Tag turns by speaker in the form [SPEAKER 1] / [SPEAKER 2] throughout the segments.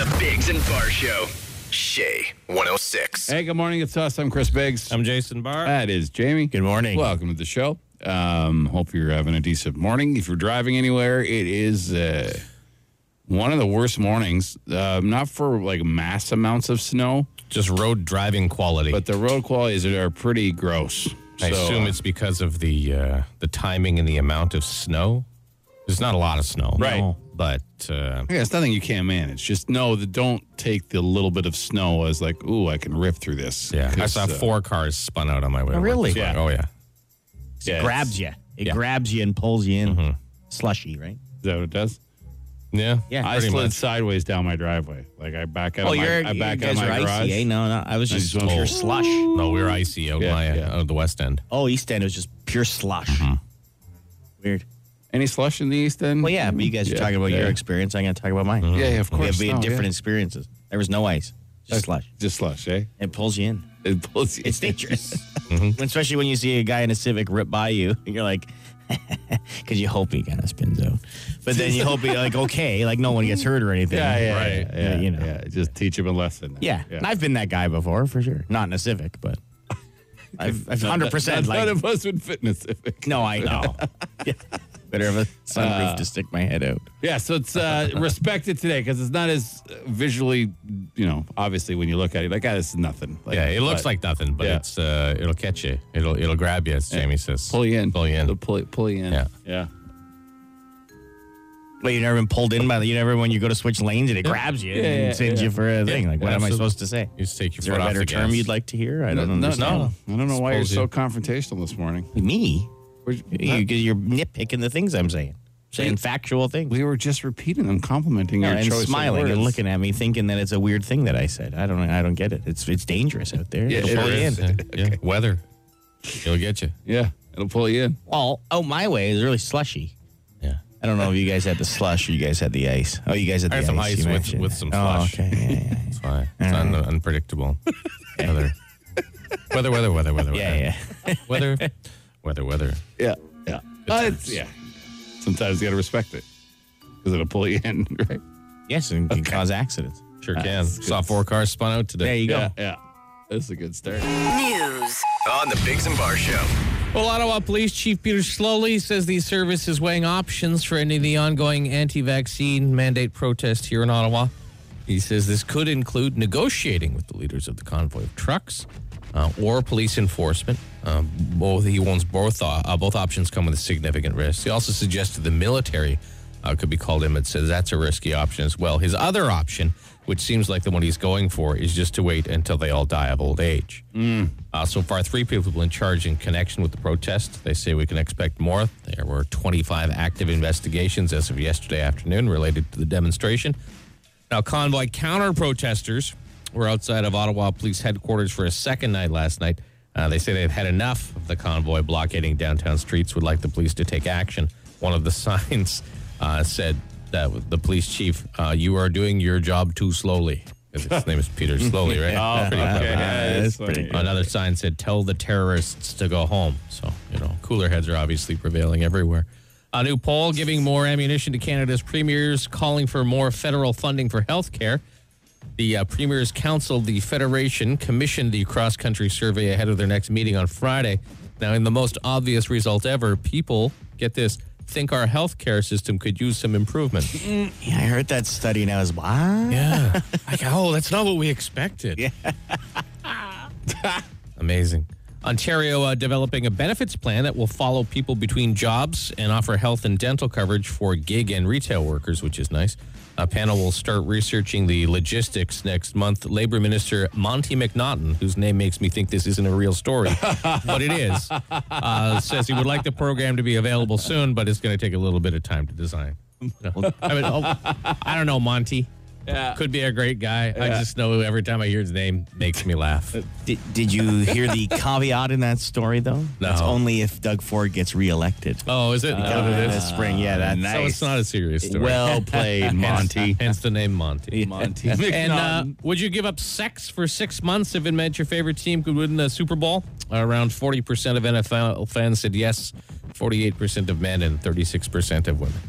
[SPEAKER 1] The Bigs and Bar Show. Shay 106.
[SPEAKER 2] Hey, good morning. It's us. I'm Chris Biggs.
[SPEAKER 3] I'm Jason Barr.
[SPEAKER 2] that is Jamie.
[SPEAKER 3] Good morning.
[SPEAKER 2] Welcome to the show. Um, hope you're having a decent morning. If you're driving anywhere, it is uh, one of the worst mornings. Uh, not for like mass amounts of snow,
[SPEAKER 3] Just road driving quality.
[SPEAKER 2] but the road qualities are pretty gross. So, uh,
[SPEAKER 3] I assume it's because of the uh, the timing and the amount of snow. There's not a lot of snow,
[SPEAKER 2] Right.
[SPEAKER 3] no, but uh,
[SPEAKER 2] Yeah, it's nothing you can't manage. Just know that don't take the little bit of snow as like, ooh, I can rip through this.
[SPEAKER 3] yeah, I
[SPEAKER 2] 'Cause,
[SPEAKER 3] saw
[SPEAKER 2] uh,
[SPEAKER 3] four cars spun out on my way. to work
[SPEAKER 4] really?
[SPEAKER 3] today.
[SPEAKER 2] Yeah.
[SPEAKER 3] Oh yeah.
[SPEAKER 2] yeah, Mm-hmm. it's-
[SPEAKER 4] grabs you. It grabs you and pulls you in. Slushy, right?
[SPEAKER 2] Is that what it does?
[SPEAKER 3] Yeah.
[SPEAKER 4] Yeah.
[SPEAKER 2] I
[SPEAKER 3] Pretty
[SPEAKER 2] slid
[SPEAKER 3] much. Oh,
[SPEAKER 2] sideways down my driveway. Like I back
[SPEAKER 4] Oh,
[SPEAKER 2] out. of my, I back out of my garage.
[SPEAKER 4] icy, eh? No, no. I was just
[SPEAKER 2] just
[SPEAKER 4] pure
[SPEAKER 2] rolled.
[SPEAKER 4] slush.
[SPEAKER 3] No, we were icy out
[SPEAKER 2] Yeah,
[SPEAKER 3] my
[SPEAKER 2] yeah.
[SPEAKER 3] out of the west end.
[SPEAKER 4] Oh, East End was just pure slush.
[SPEAKER 2] Mm-hmm.
[SPEAKER 4] Weird.
[SPEAKER 2] Any slush in the East End?
[SPEAKER 4] Well, yeah, but you guys are
[SPEAKER 2] Yeah,
[SPEAKER 4] talking about
[SPEAKER 2] yeah. Mm-hmm.
[SPEAKER 4] your experience. I'm going to talk about mine.
[SPEAKER 2] Yeah, yeah, of
[SPEAKER 4] We
[SPEAKER 2] course.
[SPEAKER 4] have, we had
[SPEAKER 2] No,
[SPEAKER 4] different
[SPEAKER 2] yeah.
[SPEAKER 4] experiences. There was no ice, just slush.
[SPEAKER 2] Just slush, eh?
[SPEAKER 4] It pulls you in.
[SPEAKER 2] It pulls you.
[SPEAKER 4] It's dangerous, especially when you see a guy in a Civic rip by you. You're like, because you hope he kind of spins out, but then you hope he like okay, like no one gets hurt or anything.
[SPEAKER 2] Yeah, yeah,
[SPEAKER 3] Right.
[SPEAKER 2] yeah, yeah,
[SPEAKER 4] Yeah, you know.
[SPEAKER 2] yeah. Just teach him a lesson.
[SPEAKER 4] Yeah, and I've been that guy before for sure. Not in a Civic, but I've I've hundred percent
[SPEAKER 2] None
[SPEAKER 4] like
[SPEAKER 2] of us would fit in a Civic.
[SPEAKER 4] no, I know. yeah. Better have a
[SPEAKER 2] Uh,
[SPEAKER 4] sunroof to stick my head out.
[SPEAKER 2] Yeah, so it's uh, respected today because it's not as uh, visually, you know, obviously when you look at it, like, ah, this is nothing. Like,
[SPEAKER 3] Yeah, it looks
[SPEAKER 2] but
[SPEAKER 3] like nothing, but
[SPEAKER 2] yeah.
[SPEAKER 3] it's uh, it'll catch you. It'll it'll grab you, as Jamie says.
[SPEAKER 2] pull you in,
[SPEAKER 3] Pull you in.
[SPEAKER 2] It'll pull, pull you in.
[SPEAKER 3] Yeah.
[SPEAKER 2] yeah.
[SPEAKER 4] But you never been pulled in by the you never when you go to switch lanes and it grabs you
[SPEAKER 2] Yeah,
[SPEAKER 4] and
[SPEAKER 2] yeah,
[SPEAKER 4] sends
[SPEAKER 2] yeah.
[SPEAKER 4] you for a thing. like what am I
[SPEAKER 3] absolutely.
[SPEAKER 4] supposed to say?
[SPEAKER 3] You just take your
[SPEAKER 4] Is there
[SPEAKER 3] foot
[SPEAKER 4] a
[SPEAKER 3] off
[SPEAKER 4] better
[SPEAKER 3] the
[SPEAKER 4] term
[SPEAKER 3] gas.
[SPEAKER 4] you'd like to hear? I don't
[SPEAKER 2] No,
[SPEAKER 4] understand.
[SPEAKER 2] no, I don't know why you're
[SPEAKER 3] Suppose
[SPEAKER 2] so
[SPEAKER 3] you-
[SPEAKER 2] confrontational this morning.
[SPEAKER 4] Me?
[SPEAKER 2] We're-
[SPEAKER 4] You, you're nitpicking the things I'm saying, saying factual things,
[SPEAKER 2] we were just repeating them, complimenting your
[SPEAKER 4] and
[SPEAKER 2] choice of
[SPEAKER 4] smiling and
[SPEAKER 2] words.
[SPEAKER 4] looking at me, thinking that it's a weird thing that I said. I don't, I don't get it. It's it's dangerous out there.
[SPEAKER 2] Yeah,
[SPEAKER 4] It'll
[SPEAKER 2] it
[SPEAKER 4] pull you
[SPEAKER 2] is.
[SPEAKER 4] in.
[SPEAKER 3] Yeah, yeah. Weather. It'll get you.
[SPEAKER 2] Yeah, it'll pull you in.
[SPEAKER 4] Well, oh my way is really slushy.
[SPEAKER 3] Yeah.
[SPEAKER 4] I don't know if you guys had the slush or you guys had the ice. Oh, you guys had
[SPEAKER 3] I
[SPEAKER 4] the
[SPEAKER 3] had some
[SPEAKER 4] ice.
[SPEAKER 3] ice
[SPEAKER 4] you
[SPEAKER 3] with-
[SPEAKER 4] mentioned.
[SPEAKER 3] with some
[SPEAKER 4] Oh,
[SPEAKER 3] slush.
[SPEAKER 4] okay. Yeah, yeah,
[SPEAKER 3] It's fine. It's un-
[SPEAKER 4] Uh-huh.
[SPEAKER 3] unpredictable. weather. Weather, weather, weather, weather,
[SPEAKER 4] yeah. yeah, yeah.
[SPEAKER 3] weather, weather, weather.
[SPEAKER 2] Yeah, yeah. Uh, it's, yeah. Sometimes you got to respect it because it'll pull you in, right?
[SPEAKER 4] yes, and can cause accidents.
[SPEAKER 3] Sure
[SPEAKER 5] Uh,
[SPEAKER 3] can. Saw four cars spun out today.
[SPEAKER 4] There you go.
[SPEAKER 2] Yeah, This is a good start.
[SPEAKER 6] News.
[SPEAKER 1] On the Bigs and Bar Show.
[SPEAKER 5] Well, Ottawa Police Chief Peter Slowly says the service is weighing options for ending the ongoing anti vaccine mandate protest here in Ottawa. He says this could include negotiating with the leaders of the convoy of trucks uh, or police enforcement. Um, both he wants both uh, uh, both options come with a significant risk. He also suggested the military uh, could be called in, but says that's a risky option as well. His other option, which seems like the one he's going for, is just to wait until they all die of old age. Uh, so far, three people have been charged in connection with the protest. They say we can expect more. There were 25 active investigations as of yesterday afternoon related to the demonstration. Now, convoy counter protesters were outside of Ottawa police headquarters for a second night last night. Uh, they say they've had enough of the convoy blockading downtown streets, would like the police to take action. One of the signs uh, said that with the police chief, uh, you are doing your job too slowly. 'Cause His name is Peter Slowly, right? oh,
[SPEAKER 4] that's pretty good.
[SPEAKER 3] Another sign said, "Tell the terrorists to go home." So you know, cooler heads are obviously prevailing everywhere. A Uh, new poll giving more ammunition to Canada's premiers, calling for more federal funding for health care. The uh, premiers council, the federation, commissioned the cross-country survey ahead of their next meeting on Friday. Now, in the most obvious result ever, people get this think our health care system could use some improvement.
[SPEAKER 4] Yeah, I heard that study and I was wow.
[SPEAKER 3] Yeah. like, oh, that's not what we expected. Yeah. Amazing. Ontario uh, developing a benefits plan that will follow people between jobs and offer health and dental coverage for gig and retail workers, which is nice. A panel will start researching the logistics next month. Labor Minister Monty McNaughton, whose name makes me think this isn't a real story, but it is, uh, says he would like the program to be available soon, but it's going to take a little bit of time to design. I, mean, oh, I don't know, Monty. Could be a great guy. I just know every time I hear his name makes me laugh.
[SPEAKER 4] Did, did you hear the caveat in that story though? That's
[SPEAKER 3] No.
[SPEAKER 4] only if Doug Ford gets reelected.
[SPEAKER 3] Oh, is it? Out of
[SPEAKER 4] in
[SPEAKER 3] this?
[SPEAKER 4] the spring, yeah, that's
[SPEAKER 3] So it's not a serious story.
[SPEAKER 4] well played, Monty.
[SPEAKER 3] hence the name Monty.
[SPEAKER 2] Monty
[SPEAKER 3] And uh, would you give up sex for six months if it meant your favorite team could win the Super Bowl? Around 40% of NFL fans said yes, 48% of men, and 36% of women.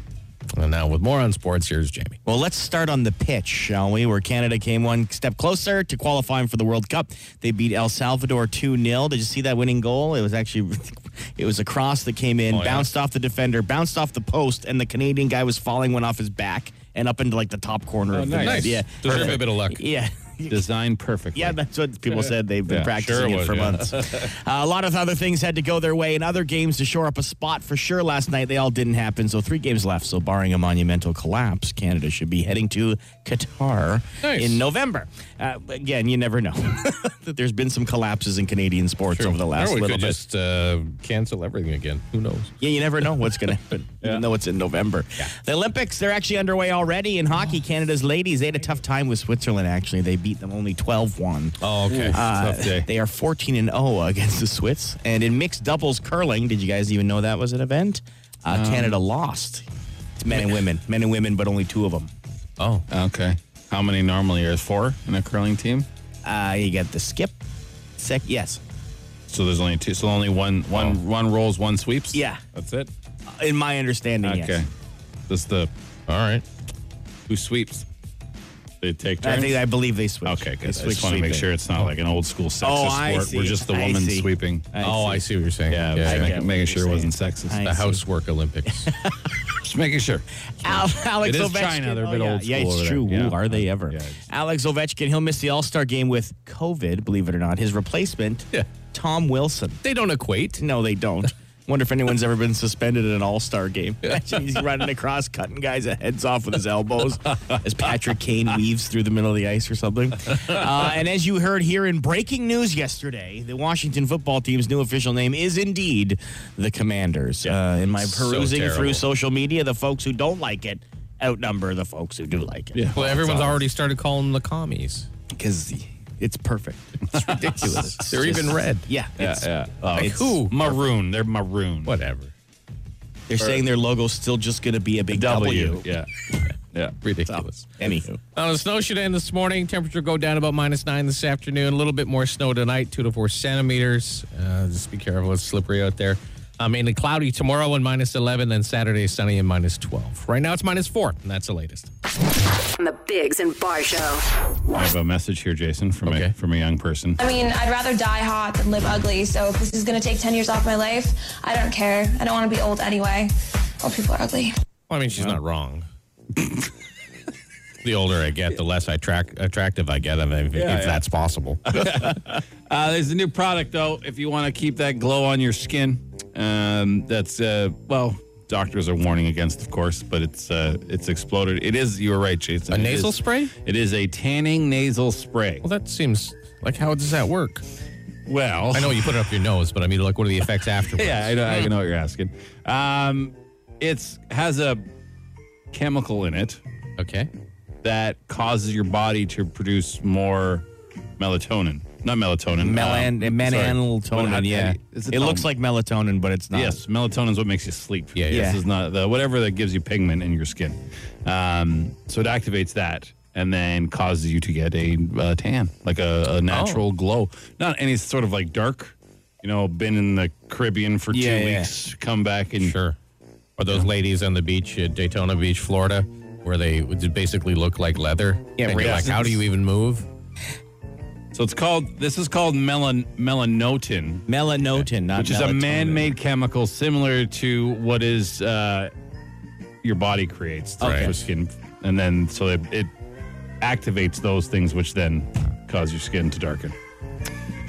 [SPEAKER 3] And now with more on sports, here's Jamie.
[SPEAKER 4] Well, let's start on the pitch, shall we? Where Canada came one step closer to qualifying for the World Cup. They beat El Salvador 2-0. Did you see that winning goal? It was actually it was a cross that came in,
[SPEAKER 3] yeah.
[SPEAKER 4] bounced off the defender, bounced off the post, and the Canadian guy was falling one off his back and up into like the top corner
[SPEAKER 3] Oh,
[SPEAKER 4] of the
[SPEAKER 2] nice.
[SPEAKER 4] net.
[SPEAKER 2] Nice.
[SPEAKER 4] Oh, Yeah.
[SPEAKER 3] Deserve a bit of luck.
[SPEAKER 4] Yeah.
[SPEAKER 2] Designed perfectly.
[SPEAKER 4] Yeah, that's what people said. They've been
[SPEAKER 2] Yeah,
[SPEAKER 4] practicing
[SPEAKER 2] sure it
[SPEAKER 4] it,
[SPEAKER 2] was,
[SPEAKER 4] for
[SPEAKER 2] yeah.
[SPEAKER 4] months. Uh, a lot of other things had to go their way in other games to shore up a spot for sure last night. They all didn't happen. So, three games left. So, barring a monumental collapse, Canada should be heading to Qatar
[SPEAKER 3] Nice.
[SPEAKER 4] in November. Uh, again, you never know. There's been some collapses in Canadian sports over the last
[SPEAKER 3] or we
[SPEAKER 4] little
[SPEAKER 3] could
[SPEAKER 4] bit.
[SPEAKER 3] just uh, cancel everything again. Who knows?
[SPEAKER 4] Yeah, you never know what's going to happen, even though it's in November. The Olympics, they're actually underway already in hockey.
[SPEAKER 3] Oh.
[SPEAKER 4] Canada's ladies, they had a tough time with Switzerland, actually. They beat them only 12 1.
[SPEAKER 3] Oh, okay.
[SPEAKER 4] Uh,
[SPEAKER 3] Tough day.
[SPEAKER 4] They are 14 and 0 against the Swiss. And in mixed doubles curling, did you guys even know that was an event? Uh, Canada lost. It's men and women, men and women, but only two of them.
[SPEAKER 3] Oh,
[SPEAKER 2] Okay. How many normally are four in a curling team?
[SPEAKER 4] Uh, you got the skip. Sec. Yes.
[SPEAKER 2] So there's only two. So only one, one,
[SPEAKER 3] Oh.
[SPEAKER 2] one rolls, one sweeps.
[SPEAKER 4] Yeah.
[SPEAKER 2] That's it.
[SPEAKER 4] In my understanding, yes.
[SPEAKER 2] Okay. Just the
[SPEAKER 3] all right.
[SPEAKER 2] who sweeps. They take
[SPEAKER 4] I
[SPEAKER 2] turns.
[SPEAKER 4] think I believe they switched.
[SPEAKER 2] okay,
[SPEAKER 4] They
[SPEAKER 2] good. I
[SPEAKER 4] switched
[SPEAKER 2] just want to make
[SPEAKER 4] sweeping.
[SPEAKER 2] sure it's not like an old school sexist
[SPEAKER 4] Oh, I
[SPEAKER 2] sport where
[SPEAKER 4] see.
[SPEAKER 2] just the
[SPEAKER 4] I
[SPEAKER 2] woman
[SPEAKER 4] see.
[SPEAKER 2] sweeping.
[SPEAKER 3] oh, I see what you're saying.
[SPEAKER 2] yeah,
[SPEAKER 3] yeah.
[SPEAKER 2] just
[SPEAKER 4] I
[SPEAKER 2] make-
[SPEAKER 4] get what
[SPEAKER 2] making
[SPEAKER 4] you're
[SPEAKER 2] sure it wasn't
[SPEAKER 4] saying.
[SPEAKER 2] sexist.
[SPEAKER 4] I
[SPEAKER 3] The
[SPEAKER 4] see.
[SPEAKER 3] housework Olympics.
[SPEAKER 2] Just making sure.
[SPEAKER 4] Al- Alex
[SPEAKER 2] It is
[SPEAKER 4] Ovechkin. Oh,
[SPEAKER 2] China. They're a bit
[SPEAKER 4] yeah.
[SPEAKER 2] old
[SPEAKER 4] Yeah,
[SPEAKER 2] school
[SPEAKER 4] it's
[SPEAKER 2] over there.
[SPEAKER 4] true.
[SPEAKER 2] Yeah.
[SPEAKER 4] Ooh, are they ever?
[SPEAKER 2] Yeah.
[SPEAKER 4] Alex Ovechkin. He'll miss the All Star game with COVID. Believe it or not, his replacement,
[SPEAKER 3] Yeah.
[SPEAKER 4] Tom Wilson.
[SPEAKER 3] they don't equate.
[SPEAKER 4] No, they don't. Wonder if anyone's ever been suspended in an All Star game. He's running across, cutting guys' heads off with his elbows as Patrick Kane weaves through the middle of the ice or something. Uh, and as you heard here in breaking news yesterday, the Washington football team's new official name is indeed the Commanders. Uh, in my
[SPEAKER 3] So
[SPEAKER 4] perusing through
[SPEAKER 3] terrible.
[SPEAKER 4] social media, the folks who don't like it outnumber the folks who do like it.
[SPEAKER 3] Well, everyone's already started calling them the commies.
[SPEAKER 4] Because it's perfect. It's ridiculous. It's
[SPEAKER 3] They're
[SPEAKER 4] just-
[SPEAKER 3] even red.
[SPEAKER 4] Yeah.
[SPEAKER 2] Yeah,
[SPEAKER 4] it's-
[SPEAKER 2] yeah. Oh,
[SPEAKER 4] it's-
[SPEAKER 2] who? Maroon. They're maroon.
[SPEAKER 3] Whatever.
[SPEAKER 4] They're saying their logo's still just going to be a big W.
[SPEAKER 2] Yeah. Yeah.
[SPEAKER 3] Ridiculous.
[SPEAKER 4] Anywho.
[SPEAKER 3] Uh, the snow should end this morning. Temperature go down about minus nine this afternoon. A little bit more snow tonight, two to four centimeters. Uh, just be careful; it's slippery out there. Uh, mainly cloudy tomorrow and minus eleven. Then Saturday sunny and minus twelve. Right now it's minus four, and that's the latest.
[SPEAKER 6] on the Bigs and Bar Show.
[SPEAKER 2] I have a message here, Jason, from
[SPEAKER 3] Okay.
[SPEAKER 2] a from a young person.
[SPEAKER 7] I mean, I'd rather die hot than live ugly. So if this is gonna take 10 years off my life, I don't care. I don't wanna be old anyway. Old people are ugly.
[SPEAKER 3] Well, I mean, she's not wrong. the older I get, the less I track attractive I get. I mean, if, if that's possible.
[SPEAKER 2] Uh, there's a new product though. If you want to keep that glow on your skin, um, that's uh, well, doctors are warning against, of course, but it's uh, it's exploded. It is. You were right, Jason.
[SPEAKER 3] A
[SPEAKER 2] It
[SPEAKER 3] nasal
[SPEAKER 2] is-
[SPEAKER 3] spray?
[SPEAKER 2] It is a tanning nasal spray.
[SPEAKER 3] well, that seems like how does that work?
[SPEAKER 2] Well,
[SPEAKER 3] I know you put it up your nose, but I mean, like, what are the effects afterwards?
[SPEAKER 2] Yeah, I know, I know what you're asking. Um, it's has a chemical in it
[SPEAKER 3] Okay.
[SPEAKER 2] that causes your body to produce more melatonin. Not melatonin.
[SPEAKER 4] Melan-
[SPEAKER 2] um, sorry. What- how-
[SPEAKER 4] melatonin, yeah.
[SPEAKER 2] is um,
[SPEAKER 4] It looks like melatonin, but it's not.
[SPEAKER 2] Yes, melatonin is what makes you sleep.
[SPEAKER 3] Yeah, yeah.
[SPEAKER 2] This is not the whatever that gives you pigment in your skin. Um, so it activates that and then causes you to get a uh, tan, like a, a natural glow. Not any sort of like dark. You know, been in the Caribbean for
[SPEAKER 4] Yeah,
[SPEAKER 2] two
[SPEAKER 4] yeah.
[SPEAKER 2] weeks, come back and
[SPEAKER 3] Sure. Or those ladies on the beach at Daytona Beach, Florida, where they would basically look like leather.
[SPEAKER 4] Yeah,
[SPEAKER 3] and you're
[SPEAKER 4] right.
[SPEAKER 3] like, how do you even move?
[SPEAKER 2] So it's called. This is called melan melanotin,
[SPEAKER 4] Melanotin, not
[SPEAKER 2] which is a
[SPEAKER 4] melatonin.
[SPEAKER 2] man-made chemical similar to what is uh, your body creates through
[SPEAKER 4] Okay.
[SPEAKER 2] your skin, and then so it, it activates those things, which then cause your skin to darken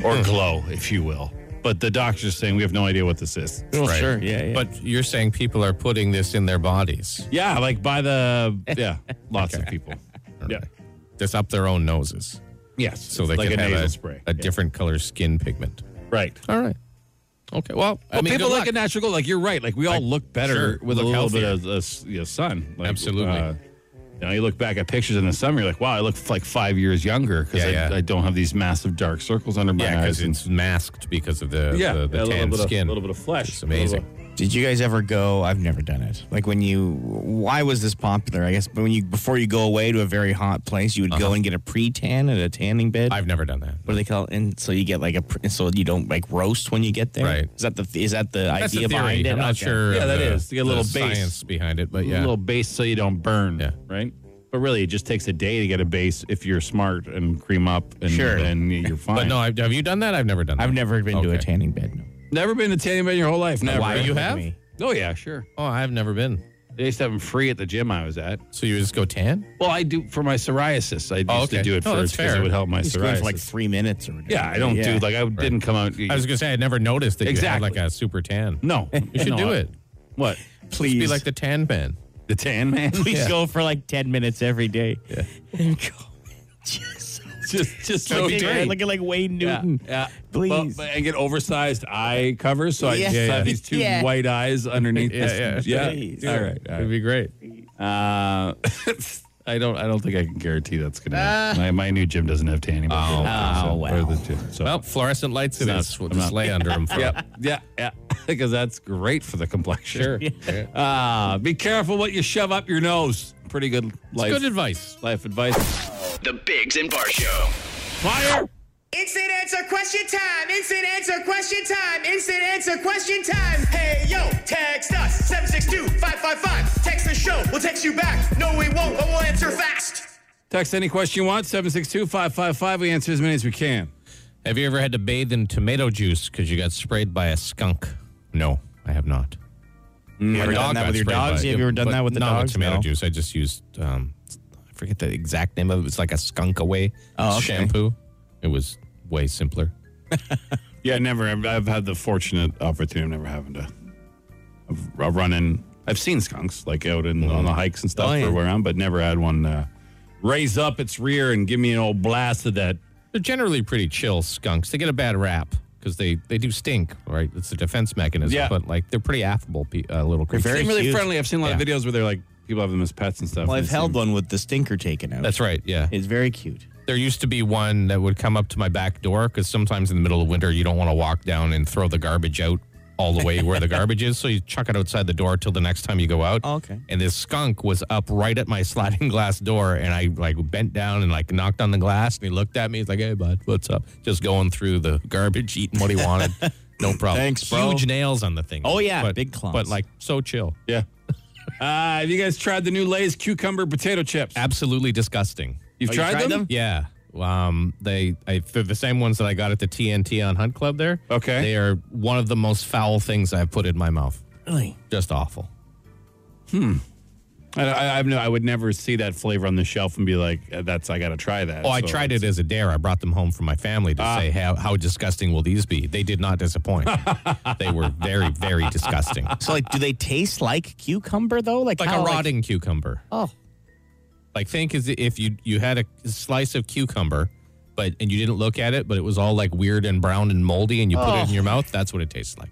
[SPEAKER 2] or
[SPEAKER 3] Hmm.
[SPEAKER 2] glow, if you will. But the doctor's saying we have no idea what this is.
[SPEAKER 3] Oh,
[SPEAKER 4] Well, sure, yeah, yeah.
[SPEAKER 3] But you're saying people are putting this in their bodies,
[SPEAKER 2] Yeah, like by the yeah, lots of people. Yeah.
[SPEAKER 3] just up their own noses,
[SPEAKER 2] Yes.
[SPEAKER 3] so they
[SPEAKER 2] like
[SPEAKER 3] can
[SPEAKER 2] a
[SPEAKER 3] have
[SPEAKER 2] nasal
[SPEAKER 3] a,
[SPEAKER 2] spray.
[SPEAKER 3] a different color skin pigment.
[SPEAKER 2] right.
[SPEAKER 3] All right. Okay. Well, I
[SPEAKER 2] Well,
[SPEAKER 3] mean,
[SPEAKER 2] people
[SPEAKER 3] good
[SPEAKER 2] like a
[SPEAKER 3] luck.
[SPEAKER 2] natural glow. Like you're right. Like we all
[SPEAKER 3] Like,
[SPEAKER 2] look better
[SPEAKER 3] sure,
[SPEAKER 2] with a
[SPEAKER 3] look
[SPEAKER 2] little bit
[SPEAKER 3] healthier.
[SPEAKER 2] of uh, s- you know, sun. Like, uh,
[SPEAKER 3] Absolutely.
[SPEAKER 2] you know, you look back at pictures in the summer. You're like, wow, I look f- like five years younger because
[SPEAKER 3] Yeah,
[SPEAKER 2] I,
[SPEAKER 3] yeah.
[SPEAKER 2] I don't have these massive dark circles under my
[SPEAKER 3] yeah, because
[SPEAKER 2] eyes. and-
[SPEAKER 3] it's masked because of the
[SPEAKER 2] yeah,
[SPEAKER 3] the,
[SPEAKER 2] a
[SPEAKER 3] the
[SPEAKER 2] little
[SPEAKER 3] tan
[SPEAKER 2] bit of-
[SPEAKER 3] skin.
[SPEAKER 2] a little bit of flesh.
[SPEAKER 3] It's amazing.
[SPEAKER 2] A little bit-
[SPEAKER 4] Did you guys ever go? I've never done it. Like when you, why was this popular? I guess, but when you before you go away to a very hot place, you would go and get a pre-tan at a tanning bed.
[SPEAKER 3] I've never done that.
[SPEAKER 4] what do they call it? And so you get like a, pre- so you don't like roast when you get there.
[SPEAKER 3] Right.
[SPEAKER 4] Is that the is that the
[SPEAKER 3] That's
[SPEAKER 4] idea
[SPEAKER 3] the theory.
[SPEAKER 4] behind it?
[SPEAKER 3] I'm not
[SPEAKER 4] Okay.
[SPEAKER 3] sure.
[SPEAKER 2] Yeah,
[SPEAKER 3] of
[SPEAKER 2] that
[SPEAKER 3] the,
[SPEAKER 2] is. You get a little
[SPEAKER 3] the
[SPEAKER 2] base.
[SPEAKER 3] science behind it, but
[SPEAKER 2] A
[SPEAKER 3] yeah,
[SPEAKER 2] little base so you don't burn.
[SPEAKER 3] Yeah.
[SPEAKER 2] Right? But really, it just takes a day to get a base if you're smart and cream up and
[SPEAKER 4] Sure.
[SPEAKER 2] then you're fine.
[SPEAKER 3] But no, I've, have you done that? I've never done that.
[SPEAKER 4] I've never been to a
[SPEAKER 3] Okay.
[SPEAKER 4] tanning bed. No.
[SPEAKER 2] never been to tanning bed in your whole life. Never.
[SPEAKER 4] Why
[SPEAKER 3] you
[SPEAKER 4] Look at
[SPEAKER 3] have?
[SPEAKER 4] me.
[SPEAKER 2] Oh, yeah, sure.
[SPEAKER 3] Oh, I've never been.
[SPEAKER 2] They used to have them free at the gym I was at.
[SPEAKER 3] So you just go tan?
[SPEAKER 2] Well, I do for my psoriasis. I
[SPEAKER 3] Oh,
[SPEAKER 2] used
[SPEAKER 3] okay.
[SPEAKER 2] to do it
[SPEAKER 3] Oh, that's
[SPEAKER 2] first because
[SPEAKER 3] fair.
[SPEAKER 2] it would help my
[SPEAKER 4] Just going
[SPEAKER 2] psoriasis.
[SPEAKER 4] for like three minutes or
[SPEAKER 2] yeah, I don't do like I didn't come out.
[SPEAKER 3] I was gonna say I'd never noticed that
[SPEAKER 2] Exactly.
[SPEAKER 3] you had like a super tan.
[SPEAKER 2] no,
[SPEAKER 3] you should
[SPEAKER 2] No,
[SPEAKER 3] do
[SPEAKER 2] I-
[SPEAKER 3] it.
[SPEAKER 2] What?
[SPEAKER 4] please
[SPEAKER 3] Be like the tan man.
[SPEAKER 2] The tan man?
[SPEAKER 4] please go for like ten minutes every day. Yeah. And go. Just
[SPEAKER 2] just just
[SPEAKER 4] so
[SPEAKER 2] so
[SPEAKER 4] big,
[SPEAKER 2] dirty.
[SPEAKER 4] right? Looking like Wayne
[SPEAKER 2] Yeah,
[SPEAKER 4] Newton.
[SPEAKER 2] yeah.
[SPEAKER 4] Please.
[SPEAKER 2] Well, but I get oversized eye covers, so I
[SPEAKER 4] Yeah.
[SPEAKER 2] just
[SPEAKER 4] Yeah, yeah.
[SPEAKER 2] have these two
[SPEAKER 4] Yeah.
[SPEAKER 2] white eyes underneath.
[SPEAKER 3] Yeah,
[SPEAKER 2] this-
[SPEAKER 3] yeah.
[SPEAKER 4] Please.
[SPEAKER 2] All right. all
[SPEAKER 3] It'd be great.
[SPEAKER 2] right. Uh, I don't. I don't think I can guarantee that's gonna. my, my new gym doesn't have tanning. Oh,
[SPEAKER 4] Oh, wow.
[SPEAKER 2] so.
[SPEAKER 3] Well, fluorescent lights it
[SPEAKER 2] It's not-
[SPEAKER 3] is. We'll
[SPEAKER 2] I'm
[SPEAKER 3] just
[SPEAKER 2] not-
[SPEAKER 3] lay under them for
[SPEAKER 2] yeah, yeah, yeah. Because that's great for the complexion.
[SPEAKER 3] sure.
[SPEAKER 2] Uh, be careful what you shove up your nose. Pretty good life,
[SPEAKER 3] Good advice.
[SPEAKER 2] life advice.
[SPEAKER 1] The Bigs and Bar Show.
[SPEAKER 2] Fire!
[SPEAKER 8] Instant answer question time. Instant answer question time. Instant answer question time. Hey yo, text us 762-555. Text the show. We'll text you back. No, we won't, but we'll answer fast.
[SPEAKER 2] Text any question you want, 762 555. We answer as many as we can.
[SPEAKER 3] Have you ever had to bathe in tomato juice because you got sprayed by a skunk? No, I have not. Mm,
[SPEAKER 4] You ever done that with your dogs? Have you ever done that with the
[SPEAKER 3] not
[SPEAKER 4] dogs?
[SPEAKER 3] With tomato
[SPEAKER 4] No.
[SPEAKER 3] juice. I just used. Um, I forget the exact name of it. It's like a skunk away
[SPEAKER 4] Oh, okay.
[SPEAKER 3] shampoo. It was way simpler.
[SPEAKER 2] Yeah, never. I've, I've had the fortunate opportunity of never having to I've run in. I've seen skunks like out in, on the hikes and stuff
[SPEAKER 4] Oh, yeah.
[SPEAKER 2] or where I'm, but never had one uh, raise up its rear and give me an old blast of that.
[SPEAKER 3] They're generally pretty chill skunks. They get a bad rap because they they do stink, right? It's a defense mechanism.
[SPEAKER 2] Yeah.
[SPEAKER 3] But like they're pretty affable pe- uh, little creatures.
[SPEAKER 2] Seem really
[SPEAKER 4] cute.
[SPEAKER 2] friendly. I've seen a lot of videos where they're like people have them as pets and stuff.
[SPEAKER 4] Well,
[SPEAKER 2] and
[SPEAKER 4] I've
[SPEAKER 2] they
[SPEAKER 4] held
[SPEAKER 2] seem-
[SPEAKER 4] one with the stinker taken out.
[SPEAKER 3] That's right. Yeah.
[SPEAKER 4] It's very cute.
[SPEAKER 3] there used to be one that would come up to my back door because sometimes in the middle of winter you don't want to walk down and throw the garbage out all the way where the garbage is so you chuck it outside the door till the next time you go out
[SPEAKER 4] Oh, okay.
[SPEAKER 3] and this skunk was up right at my sliding glass door and i like bent down and like knocked on the glass and he looked at me he's like hey bud what's up just going through the garbage eating what he wanted no problem
[SPEAKER 4] Thanks, bro.
[SPEAKER 3] huge nails on the thing
[SPEAKER 4] Oh, yeah, big clumps.
[SPEAKER 3] but like so chill
[SPEAKER 2] Yeah. Uh, have you guys tried the new Lay's cucumber potato chips?
[SPEAKER 3] absolutely disgusting
[SPEAKER 2] You've
[SPEAKER 4] Oh, you
[SPEAKER 2] tried,
[SPEAKER 4] tried
[SPEAKER 2] them?
[SPEAKER 4] them?
[SPEAKER 3] Yeah. Um, they I, they're the same ones that I got at the TNT on Hunt Club there.
[SPEAKER 2] Okay.
[SPEAKER 3] They are one of the most foul things I've put in my mouth.
[SPEAKER 4] Really?
[SPEAKER 3] Just awful.
[SPEAKER 2] I, I, I've no, I would never see that flavor on the shelf and be like, "Uh, "That's Ah. I got to try that."
[SPEAKER 3] Oh, I
[SPEAKER 2] So
[SPEAKER 3] tried it as a dare. I brought them home for my family to say how, how disgusting will these be. They did not disappoint. they were very, very disgusting.
[SPEAKER 4] So, like, do they taste like cucumber though? Like,
[SPEAKER 3] Like
[SPEAKER 4] how,
[SPEAKER 3] a rotting cucumber.
[SPEAKER 4] oh,
[SPEAKER 3] Like think as if you you had a slice of cucumber, but and you didn't look at it, but it was all like weird and brown and moldy, and you put it in your mouth. That's what it tastes like.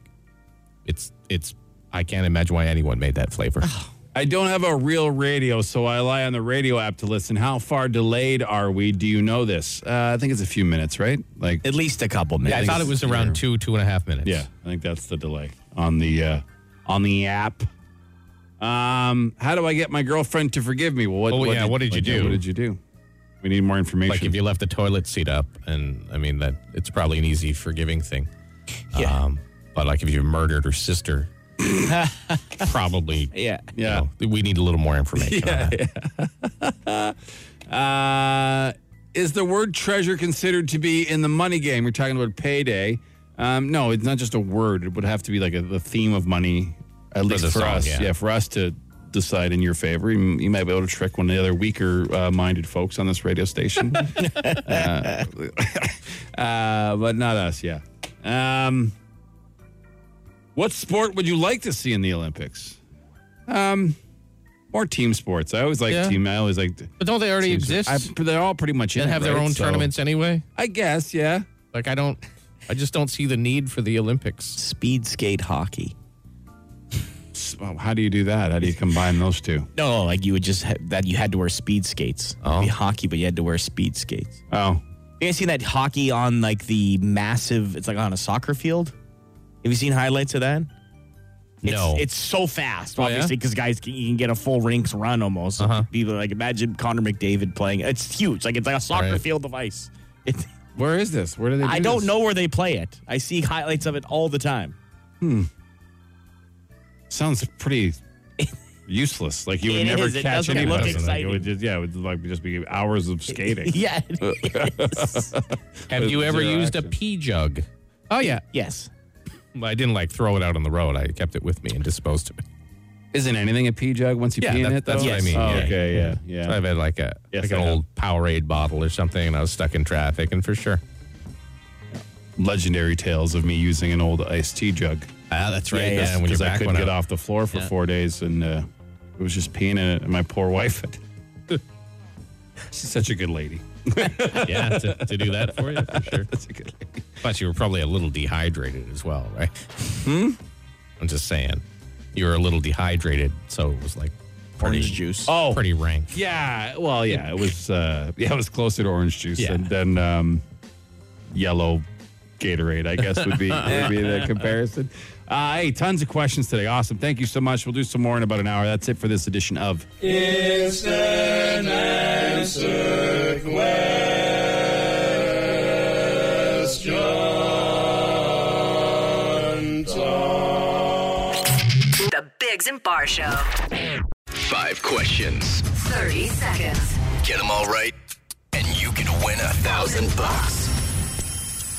[SPEAKER 3] It's it's. I can't imagine why anyone made that flavor.
[SPEAKER 2] I don't have a real radio, so I rely on the radio app to listen. How far delayed are we? Do you know this? Uh, I think it's a few minutes, right? Like,
[SPEAKER 4] at least a couple minutes.
[SPEAKER 3] Yeah, I thought it was around two, two and a half minutes.
[SPEAKER 2] yeah, I think that's the delay on the uh, on the app. Um, how do I get my girlfriend to forgive me? Well, what,
[SPEAKER 3] Oh,
[SPEAKER 2] what
[SPEAKER 3] yeah, what did you
[SPEAKER 2] like, yeah,
[SPEAKER 3] do?
[SPEAKER 2] What did you do? We need more information.
[SPEAKER 3] Like if you left the toilet seat up, and I mean that it's probably an easy forgiving thing.
[SPEAKER 4] Yeah.
[SPEAKER 3] Um, but like if you murdered her sister, probably.
[SPEAKER 4] Yeah.
[SPEAKER 3] you
[SPEAKER 2] Yeah.
[SPEAKER 3] know, we need a little more information. on that.
[SPEAKER 2] Uh, is the word treasure considered to be in the money game? We're talking about payday. Um, no, it's not just a word. It would have to be like a, the theme of money, at least
[SPEAKER 3] the
[SPEAKER 2] for
[SPEAKER 3] song,
[SPEAKER 2] us.
[SPEAKER 3] yeah.
[SPEAKER 2] Yeah. for us to decide in your favor. You, you might be able to trick one of the other weaker uh, minded folks on this radio station. Uh, uh, but not us, yeah. Um, what sport would you like to see in the Olympics? Um, more team sports. I always like
[SPEAKER 3] Yeah.
[SPEAKER 2] team. I always like.
[SPEAKER 3] But don't they already exist
[SPEAKER 2] I, they're all pretty much in
[SPEAKER 3] and
[SPEAKER 2] it,
[SPEAKER 3] have their
[SPEAKER 2] right?
[SPEAKER 3] own
[SPEAKER 2] So-
[SPEAKER 3] tournaments anyway?
[SPEAKER 2] I guess, yeah.
[SPEAKER 3] Like I don't, I just don't see the need for the Olympics.
[SPEAKER 4] Speed skate hockey.
[SPEAKER 2] S- well, How do you do that? How do you combine those two?
[SPEAKER 4] No, like you would just ha- that you had to wear speed skates. Oh, It'd be hockey, but you had to wear speed skates.
[SPEAKER 2] Oh,
[SPEAKER 4] You guys seen that hockey on like the massive? It's like on a soccer field. Have you seen highlights of that? It's,
[SPEAKER 3] No.
[SPEAKER 4] it's so fast,
[SPEAKER 3] Oh, yeah?
[SPEAKER 4] obviously, because guys can, you can get a full rinks run almost. So People like imagine Connor McDavid playing. It's huge, like it's like a soccer
[SPEAKER 3] Right.
[SPEAKER 4] field of ice. It,
[SPEAKER 2] Where is this? Where do they? Do
[SPEAKER 4] I don't
[SPEAKER 2] this?
[SPEAKER 4] know where they play it. I see highlights of it all the time.
[SPEAKER 2] Sounds pretty useless. Like you would
[SPEAKER 4] It
[SPEAKER 2] never
[SPEAKER 4] is. It
[SPEAKER 2] catch
[SPEAKER 4] doesn't
[SPEAKER 2] any
[SPEAKER 4] look
[SPEAKER 2] of it. Like, it
[SPEAKER 4] exciting.
[SPEAKER 2] would just, yeah, it would like just be hours of skating.
[SPEAKER 4] Yeah. it is.
[SPEAKER 3] Have you ever
[SPEAKER 2] Zero
[SPEAKER 3] used a
[SPEAKER 2] action.
[SPEAKER 3] pee jug?
[SPEAKER 2] oh yeah,
[SPEAKER 4] yes.
[SPEAKER 3] I didn't like throw it out on the road. I kept it with me and disposed of it.
[SPEAKER 2] isn't anything a pee jug once you
[SPEAKER 3] Yeah,
[SPEAKER 2] pee in
[SPEAKER 3] that-
[SPEAKER 2] it?
[SPEAKER 3] that's
[SPEAKER 2] though?
[SPEAKER 3] what I mean,
[SPEAKER 2] Oh,
[SPEAKER 3] yeah.
[SPEAKER 2] okay, yeah, yeah.
[SPEAKER 3] So I've had like a
[SPEAKER 2] Yes,
[SPEAKER 3] like
[SPEAKER 2] I
[SPEAKER 3] an
[SPEAKER 2] have.
[SPEAKER 3] old Powerade bottle or something, and I was stuck in traffic, and for sure.
[SPEAKER 2] Legendary tales of me using an old iced tea jug.
[SPEAKER 3] Ah, that's
[SPEAKER 2] Yeah,
[SPEAKER 3] Yeah, when your
[SPEAKER 2] because I
[SPEAKER 3] back
[SPEAKER 2] couldn't
[SPEAKER 3] went
[SPEAKER 2] get
[SPEAKER 3] out.
[SPEAKER 2] off the floor for
[SPEAKER 3] Yeah.
[SPEAKER 2] four days, and uh, it was just peeing in it. And my poor wife, she's such a good lady.
[SPEAKER 3] Yeah, to, to do that for you, for sure.
[SPEAKER 2] That's a good lady.
[SPEAKER 3] But you were probably a little dehydrated as well, right? Hmm? I'm just saying. You were a little dehydrated, so it was like pretty,
[SPEAKER 4] Orange juice.
[SPEAKER 3] Oh. Pretty rank.
[SPEAKER 2] Yeah, well, yeah, it was. Uh, yeah, it was closer to orange juice,
[SPEAKER 3] Yeah.
[SPEAKER 2] and then um, yellow Gatorade, I guess, would be would be the comparison. Uh, hey, tons of questions today. Awesome, thank you so much. We'll do some more in about an hour. That's it for this edition of.
[SPEAKER 6] The Bigs and Bar Show.
[SPEAKER 1] Five questions.
[SPEAKER 6] 30 seconds.
[SPEAKER 1] Get them all right, and you can win a thousand bucks.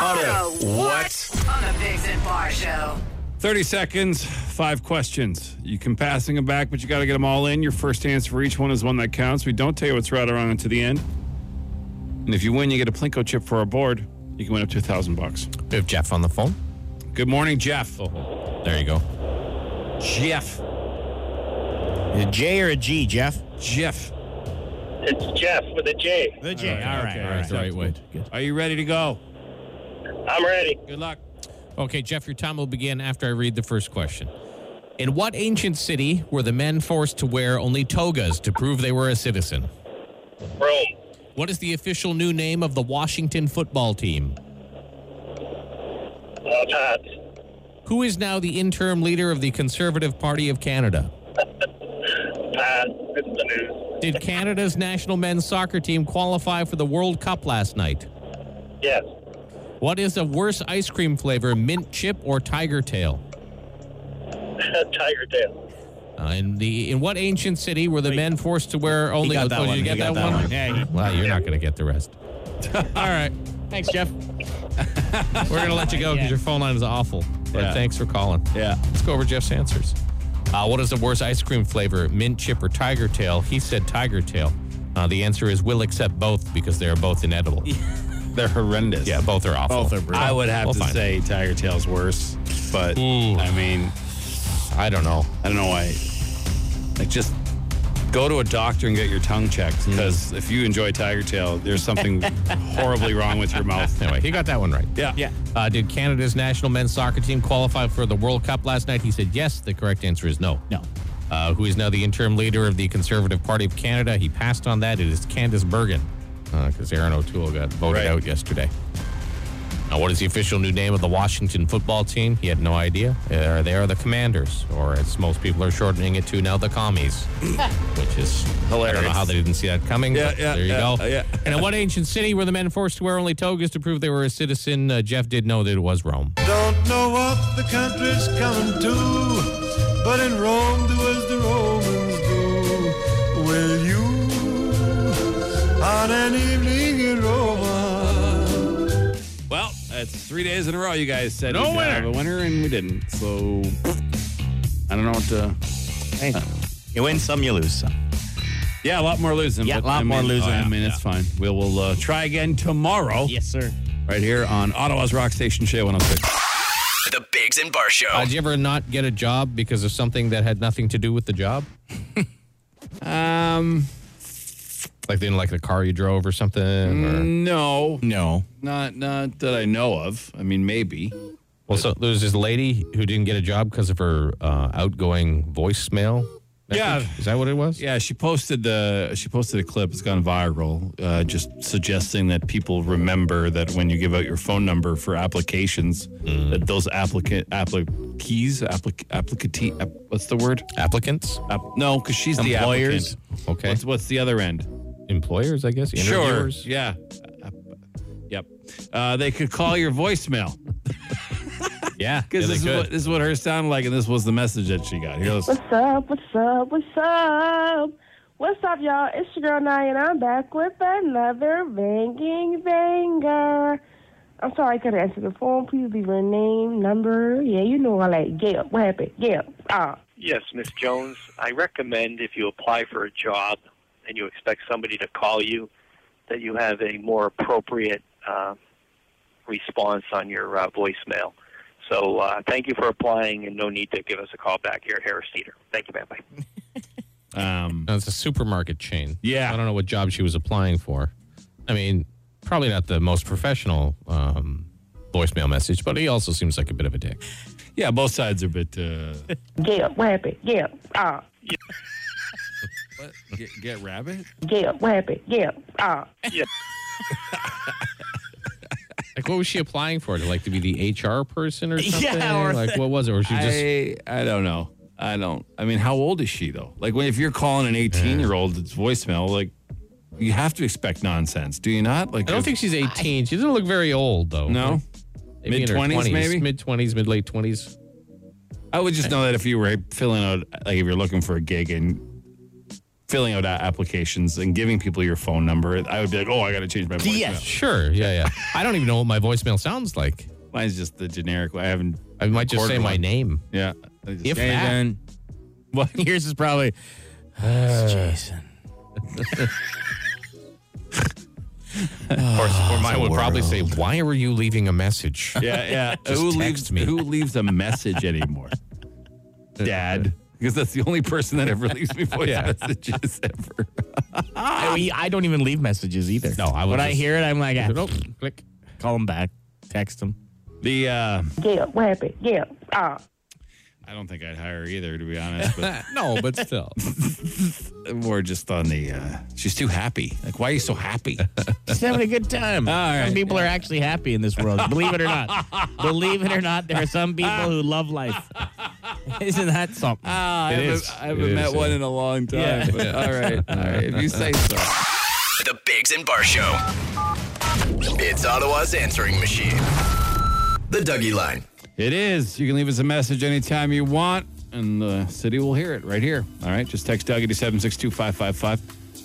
[SPEAKER 6] Auto
[SPEAKER 1] what?
[SPEAKER 6] On the Bigs and Bar Show.
[SPEAKER 2] 30 seconds, five questions. You can passing them back, but you got to get them all in. Your first answer for each one is one that counts. We don't tell you what's right or wrong until the end. And if you win, you get a Plinko chip for our board. You can win up to a thousand bucks.
[SPEAKER 3] We have Jeff on the phone.
[SPEAKER 2] Good morning, Jeff.
[SPEAKER 3] There you go.
[SPEAKER 2] Jeff.
[SPEAKER 4] A J or a G, Jeff?
[SPEAKER 2] Jeff.
[SPEAKER 9] It's Jeff with a J.
[SPEAKER 4] The J.
[SPEAKER 2] All right, all
[SPEAKER 3] That's the right way.
[SPEAKER 2] Are you ready to go?
[SPEAKER 9] I'm ready.
[SPEAKER 2] Good luck.
[SPEAKER 3] Okay, Jeff, your time will begin after I read the first question. In what ancient city were the men forced to wear only togas to prove they were a citizen?
[SPEAKER 9] Rome.
[SPEAKER 3] What is the official new name of the Washington football team?
[SPEAKER 9] Uh, Pat.
[SPEAKER 3] Who is now the interim leader of the Conservative Party of Canada?
[SPEAKER 9] Pat. It's the news.
[SPEAKER 3] Did Canada's national men's soccer team qualify for the World Cup last night?
[SPEAKER 9] Yes.
[SPEAKER 3] What is a worse ice cream flavor, mint chip or tiger tail?
[SPEAKER 9] Tiger Tail.
[SPEAKER 3] Uh, in the in what ancient city were the men forced to wear only?
[SPEAKER 4] got that
[SPEAKER 3] oh,
[SPEAKER 4] one.
[SPEAKER 3] You
[SPEAKER 4] He
[SPEAKER 3] get
[SPEAKER 4] got
[SPEAKER 3] that,
[SPEAKER 4] that
[SPEAKER 3] one?
[SPEAKER 4] one. Yeah, he-
[SPEAKER 3] Wow, you're not going to get the rest. All right,
[SPEAKER 4] Thanks, Jeff.
[SPEAKER 3] we're going to let you go because your phone line is awful. But
[SPEAKER 2] Yeah.
[SPEAKER 3] thanks for calling.
[SPEAKER 2] Yeah.
[SPEAKER 3] Let's go over Jeff's answers. Uh, what is the worst ice cream flavor, mint chip or tiger tail? He said tiger tail. Uh, the answer is we'll accept both because they are both inedible.
[SPEAKER 2] They're horrendous.
[SPEAKER 3] Yeah, both are awful.
[SPEAKER 4] Both are brutal.
[SPEAKER 2] I would have
[SPEAKER 3] We'll
[SPEAKER 2] to
[SPEAKER 3] find
[SPEAKER 2] say Tiger Tail's worse, but
[SPEAKER 3] Ooh.
[SPEAKER 2] I mean,
[SPEAKER 3] I don't know.
[SPEAKER 2] I don't know why. Like, just go to a doctor and get your tongue checked because
[SPEAKER 3] Mm.
[SPEAKER 2] if you enjoy Tiger Tail, there's something horribly wrong with your mouth.
[SPEAKER 3] Anyway, he got that one right.
[SPEAKER 2] Yeah.
[SPEAKER 4] Yeah.
[SPEAKER 3] Uh, did Canada's national men's soccer team qualify for the World Cup last night? He said yes. The correct answer is no.
[SPEAKER 4] No.
[SPEAKER 3] Uh, who is now the interim leader of the Conservative Party of Canada? He passed on that. It is Candice Bergen because Aaron O'Toole got voted
[SPEAKER 2] Right.
[SPEAKER 3] out yesterday. Now, what is the official new name of the Washington football team? He had no idea. Uh, they are the Commanders, or as most people are shortening it to now, the Commies, which is I don't know
[SPEAKER 2] Hilarious.
[SPEAKER 3] how they didn't see that coming.
[SPEAKER 2] Yeah,
[SPEAKER 3] but
[SPEAKER 2] yeah,
[SPEAKER 3] there you
[SPEAKER 2] yeah,
[SPEAKER 3] go.
[SPEAKER 2] yeah.
[SPEAKER 3] And in what ancient city were the men forced to wear only togas to prove they were a citizen? Uh, Jeff did know that it was Rome.
[SPEAKER 10] Don't know what the country's coming to, but in Rome do as the Romans do. Will you, on an evening in Rome?
[SPEAKER 2] Well, that's three days in a row. You guys said
[SPEAKER 3] No
[SPEAKER 2] we'd
[SPEAKER 3] winner.
[SPEAKER 2] have a winner, and we didn't. So I don't know what to.
[SPEAKER 4] Hey. Uh, You win some, you lose some.
[SPEAKER 2] Yeah, a lot more losing.
[SPEAKER 4] Yeah,
[SPEAKER 2] but
[SPEAKER 4] a lot
[SPEAKER 2] I
[SPEAKER 4] more
[SPEAKER 2] mean- oh,
[SPEAKER 4] losing.
[SPEAKER 2] I mean, it's fine. We will uh, try again tomorrow,
[SPEAKER 4] Yes, sir.
[SPEAKER 2] right here on Ottawa's Rock Station Show 106.
[SPEAKER 1] The Bigs and Bar Show.
[SPEAKER 3] Uh, did you ever not get a job because of something that had nothing to do with the job?
[SPEAKER 2] Um,
[SPEAKER 3] Like they didn't like the car you drove or something?
[SPEAKER 2] Mm.
[SPEAKER 3] or,
[SPEAKER 2] no,
[SPEAKER 4] No.
[SPEAKER 2] not not that I know of. I mean, maybe.
[SPEAKER 3] well, so there was this lady who didn't get a job because of her uh, outgoing voicemail that
[SPEAKER 2] Yeah.
[SPEAKER 3] what- Is that what it was?
[SPEAKER 2] Yeah, she posted the she posted a clip. It's gone viral, uh, just suggesting that people remember that when you give out your phone number for applications,
[SPEAKER 3] Mm.
[SPEAKER 2] that those applicant appliquees applic applicatee app, what's the word?
[SPEAKER 3] Applicants?
[SPEAKER 2] App, no, because she's
[SPEAKER 4] Employers?
[SPEAKER 2] the applicant.
[SPEAKER 3] Okay.
[SPEAKER 2] What's, what's the other end?
[SPEAKER 3] Employers, I guess. Interviewers.
[SPEAKER 2] Sure. Yeah. App- Yep. Uh, they could call your voicemail because
[SPEAKER 3] Yeah. yeah, they
[SPEAKER 2] this, is
[SPEAKER 3] could.
[SPEAKER 2] what- this is what hers sounded like, and this was the message that she got. Here, listen.
[SPEAKER 11] What's up? What's up? What's up? What's up, y'all? It's your girl Nye, and I'm back with another banging banger. I'm sorry I couldn't answer the phone. Please leave your name, number. Yeah, you know I like Gail. What happened? Gail. Ah.
[SPEAKER 9] Yes, Miss Jones. I recommend if you apply for a job and you expect somebody to call you, that you have a more appropriate uh, response on your uh, voicemail. So uh, thank you for applying, and no need to give us a call back here at Harris Theater. Thank you, man. Bye.
[SPEAKER 2] Um,
[SPEAKER 3] No, it's a supermarket chain.
[SPEAKER 2] Yeah.
[SPEAKER 3] I don't know what job she was applying for. I mean, probably not the most professional um, voicemail message, but he also seems like a bit of a dick.
[SPEAKER 2] yeah, both sides are a bit. Uh,
[SPEAKER 11] Gail. What happened? Gail. Ah.
[SPEAKER 2] get, get rabbit.
[SPEAKER 11] Gail. What happened? Gail. Ah.
[SPEAKER 3] Like, what was she applying for? To like to be the HR person or something?
[SPEAKER 4] Yeah, or
[SPEAKER 3] like, what was it? Or she just
[SPEAKER 2] I I don't know. I don't. I mean, how old is she though? Like, when if you're calling an 18 year old it's voicemail, like you have to expect nonsense, do you not? Like,
[SPEAKER 3] I don't think she's 18. She doesn't look very old, though.
[SPEAKER 2] no.
[SPEAKER 3] Maybe in her
[SPEAKER 2] Mid-twenties,
[SPEAKER 3] 20s,
[SPEAKER 2] maybe?
[SPEAKER 3] Mid 20s, mid late 20s.
[SPEAKER 2] I would just know that if you were filling out, like, if you're looking for a gig and filling out a- applications and giving people your phone number, I would be like, oh, I got to change my voicemail.
[SPEAKER 4] Yeah.
[SPEAKER 3] Sure. Yeah, yeah. I don't even know what my voicemail sounds like.
[SPEAKER 2] Mine's just the generic. one. I haven't.
[SPEAKER 3] I might just say
[SPEAKER 2] Recorded
[SPEAKER 3] my
[SPEAKER 2] one.
[SPEAKER 3] name.
[SPEAKER 2] Yeah. I just-
[SPEAKER 3] If
[SPEAKER 2] Hey,
[SPEAKER 3] that.
[SPEAKER 2] Dan.
[SPEAKER 4] Well, yours is probably "It's Jason.
[SPEAKER 3] Of course, or mine would probably say, Why were you leaving a message?
[SPEAKER 2] Yeah, yeah.
[SPEAKER 3] Just
[SPEAKER 2] who
[SPEAKER 3] text
[SPEAKER 2] leaves
[SPEAKER 3] me.
[SPEAKER 2] Who leaves a message anymore? Dad, because that's the only person that ever leaves me voice messages ever.
[SPEAKER 4] I, mean, I don't even leave messages either.
[SPEAKER 3] No, I would
[SPEAKER 4] When I
[SPEAKER 3] just-
[SPEAKER 4] hear it, I'm like, ah,
[SPEAKER 3] Nope. Click.
[SPEAKER 4] call him back, text him.
[SPEAKER 2] The uh,
[SPEAKER 11] Gail. What happened? Gail. Ah.
[SPEAKER 2] I don't think I'd hire either, to be honest. But
[SPEAKER 3] No, but still.
[SPEAKER 2] more just on the uh, she's too happy. Like, why are you so happy?
[SPEAKER 4] Just having a good time.
[SPEAKER 2] right.
[SPEAKER 4] Some people are actually happy in this world. Believe it or not. Believe it or not, there are some people who love life. Uh, Isn't that something?
[SPEAKER 2] Ah, I
[SPEAKER 3] haven't- is. I haven't It met is, one yeah.
[SPEAKER 2] in a long time. all right, all right. If you say so.
[SPEAKER 1] The Bigs and Bar Show. It's Ottawa's answering machine. The Dougie Line.
[SPEAKER 2] It is. You can leave us a message anytime you want, and the city will hear it right here. All right, just text Dougie to seven six two five five five.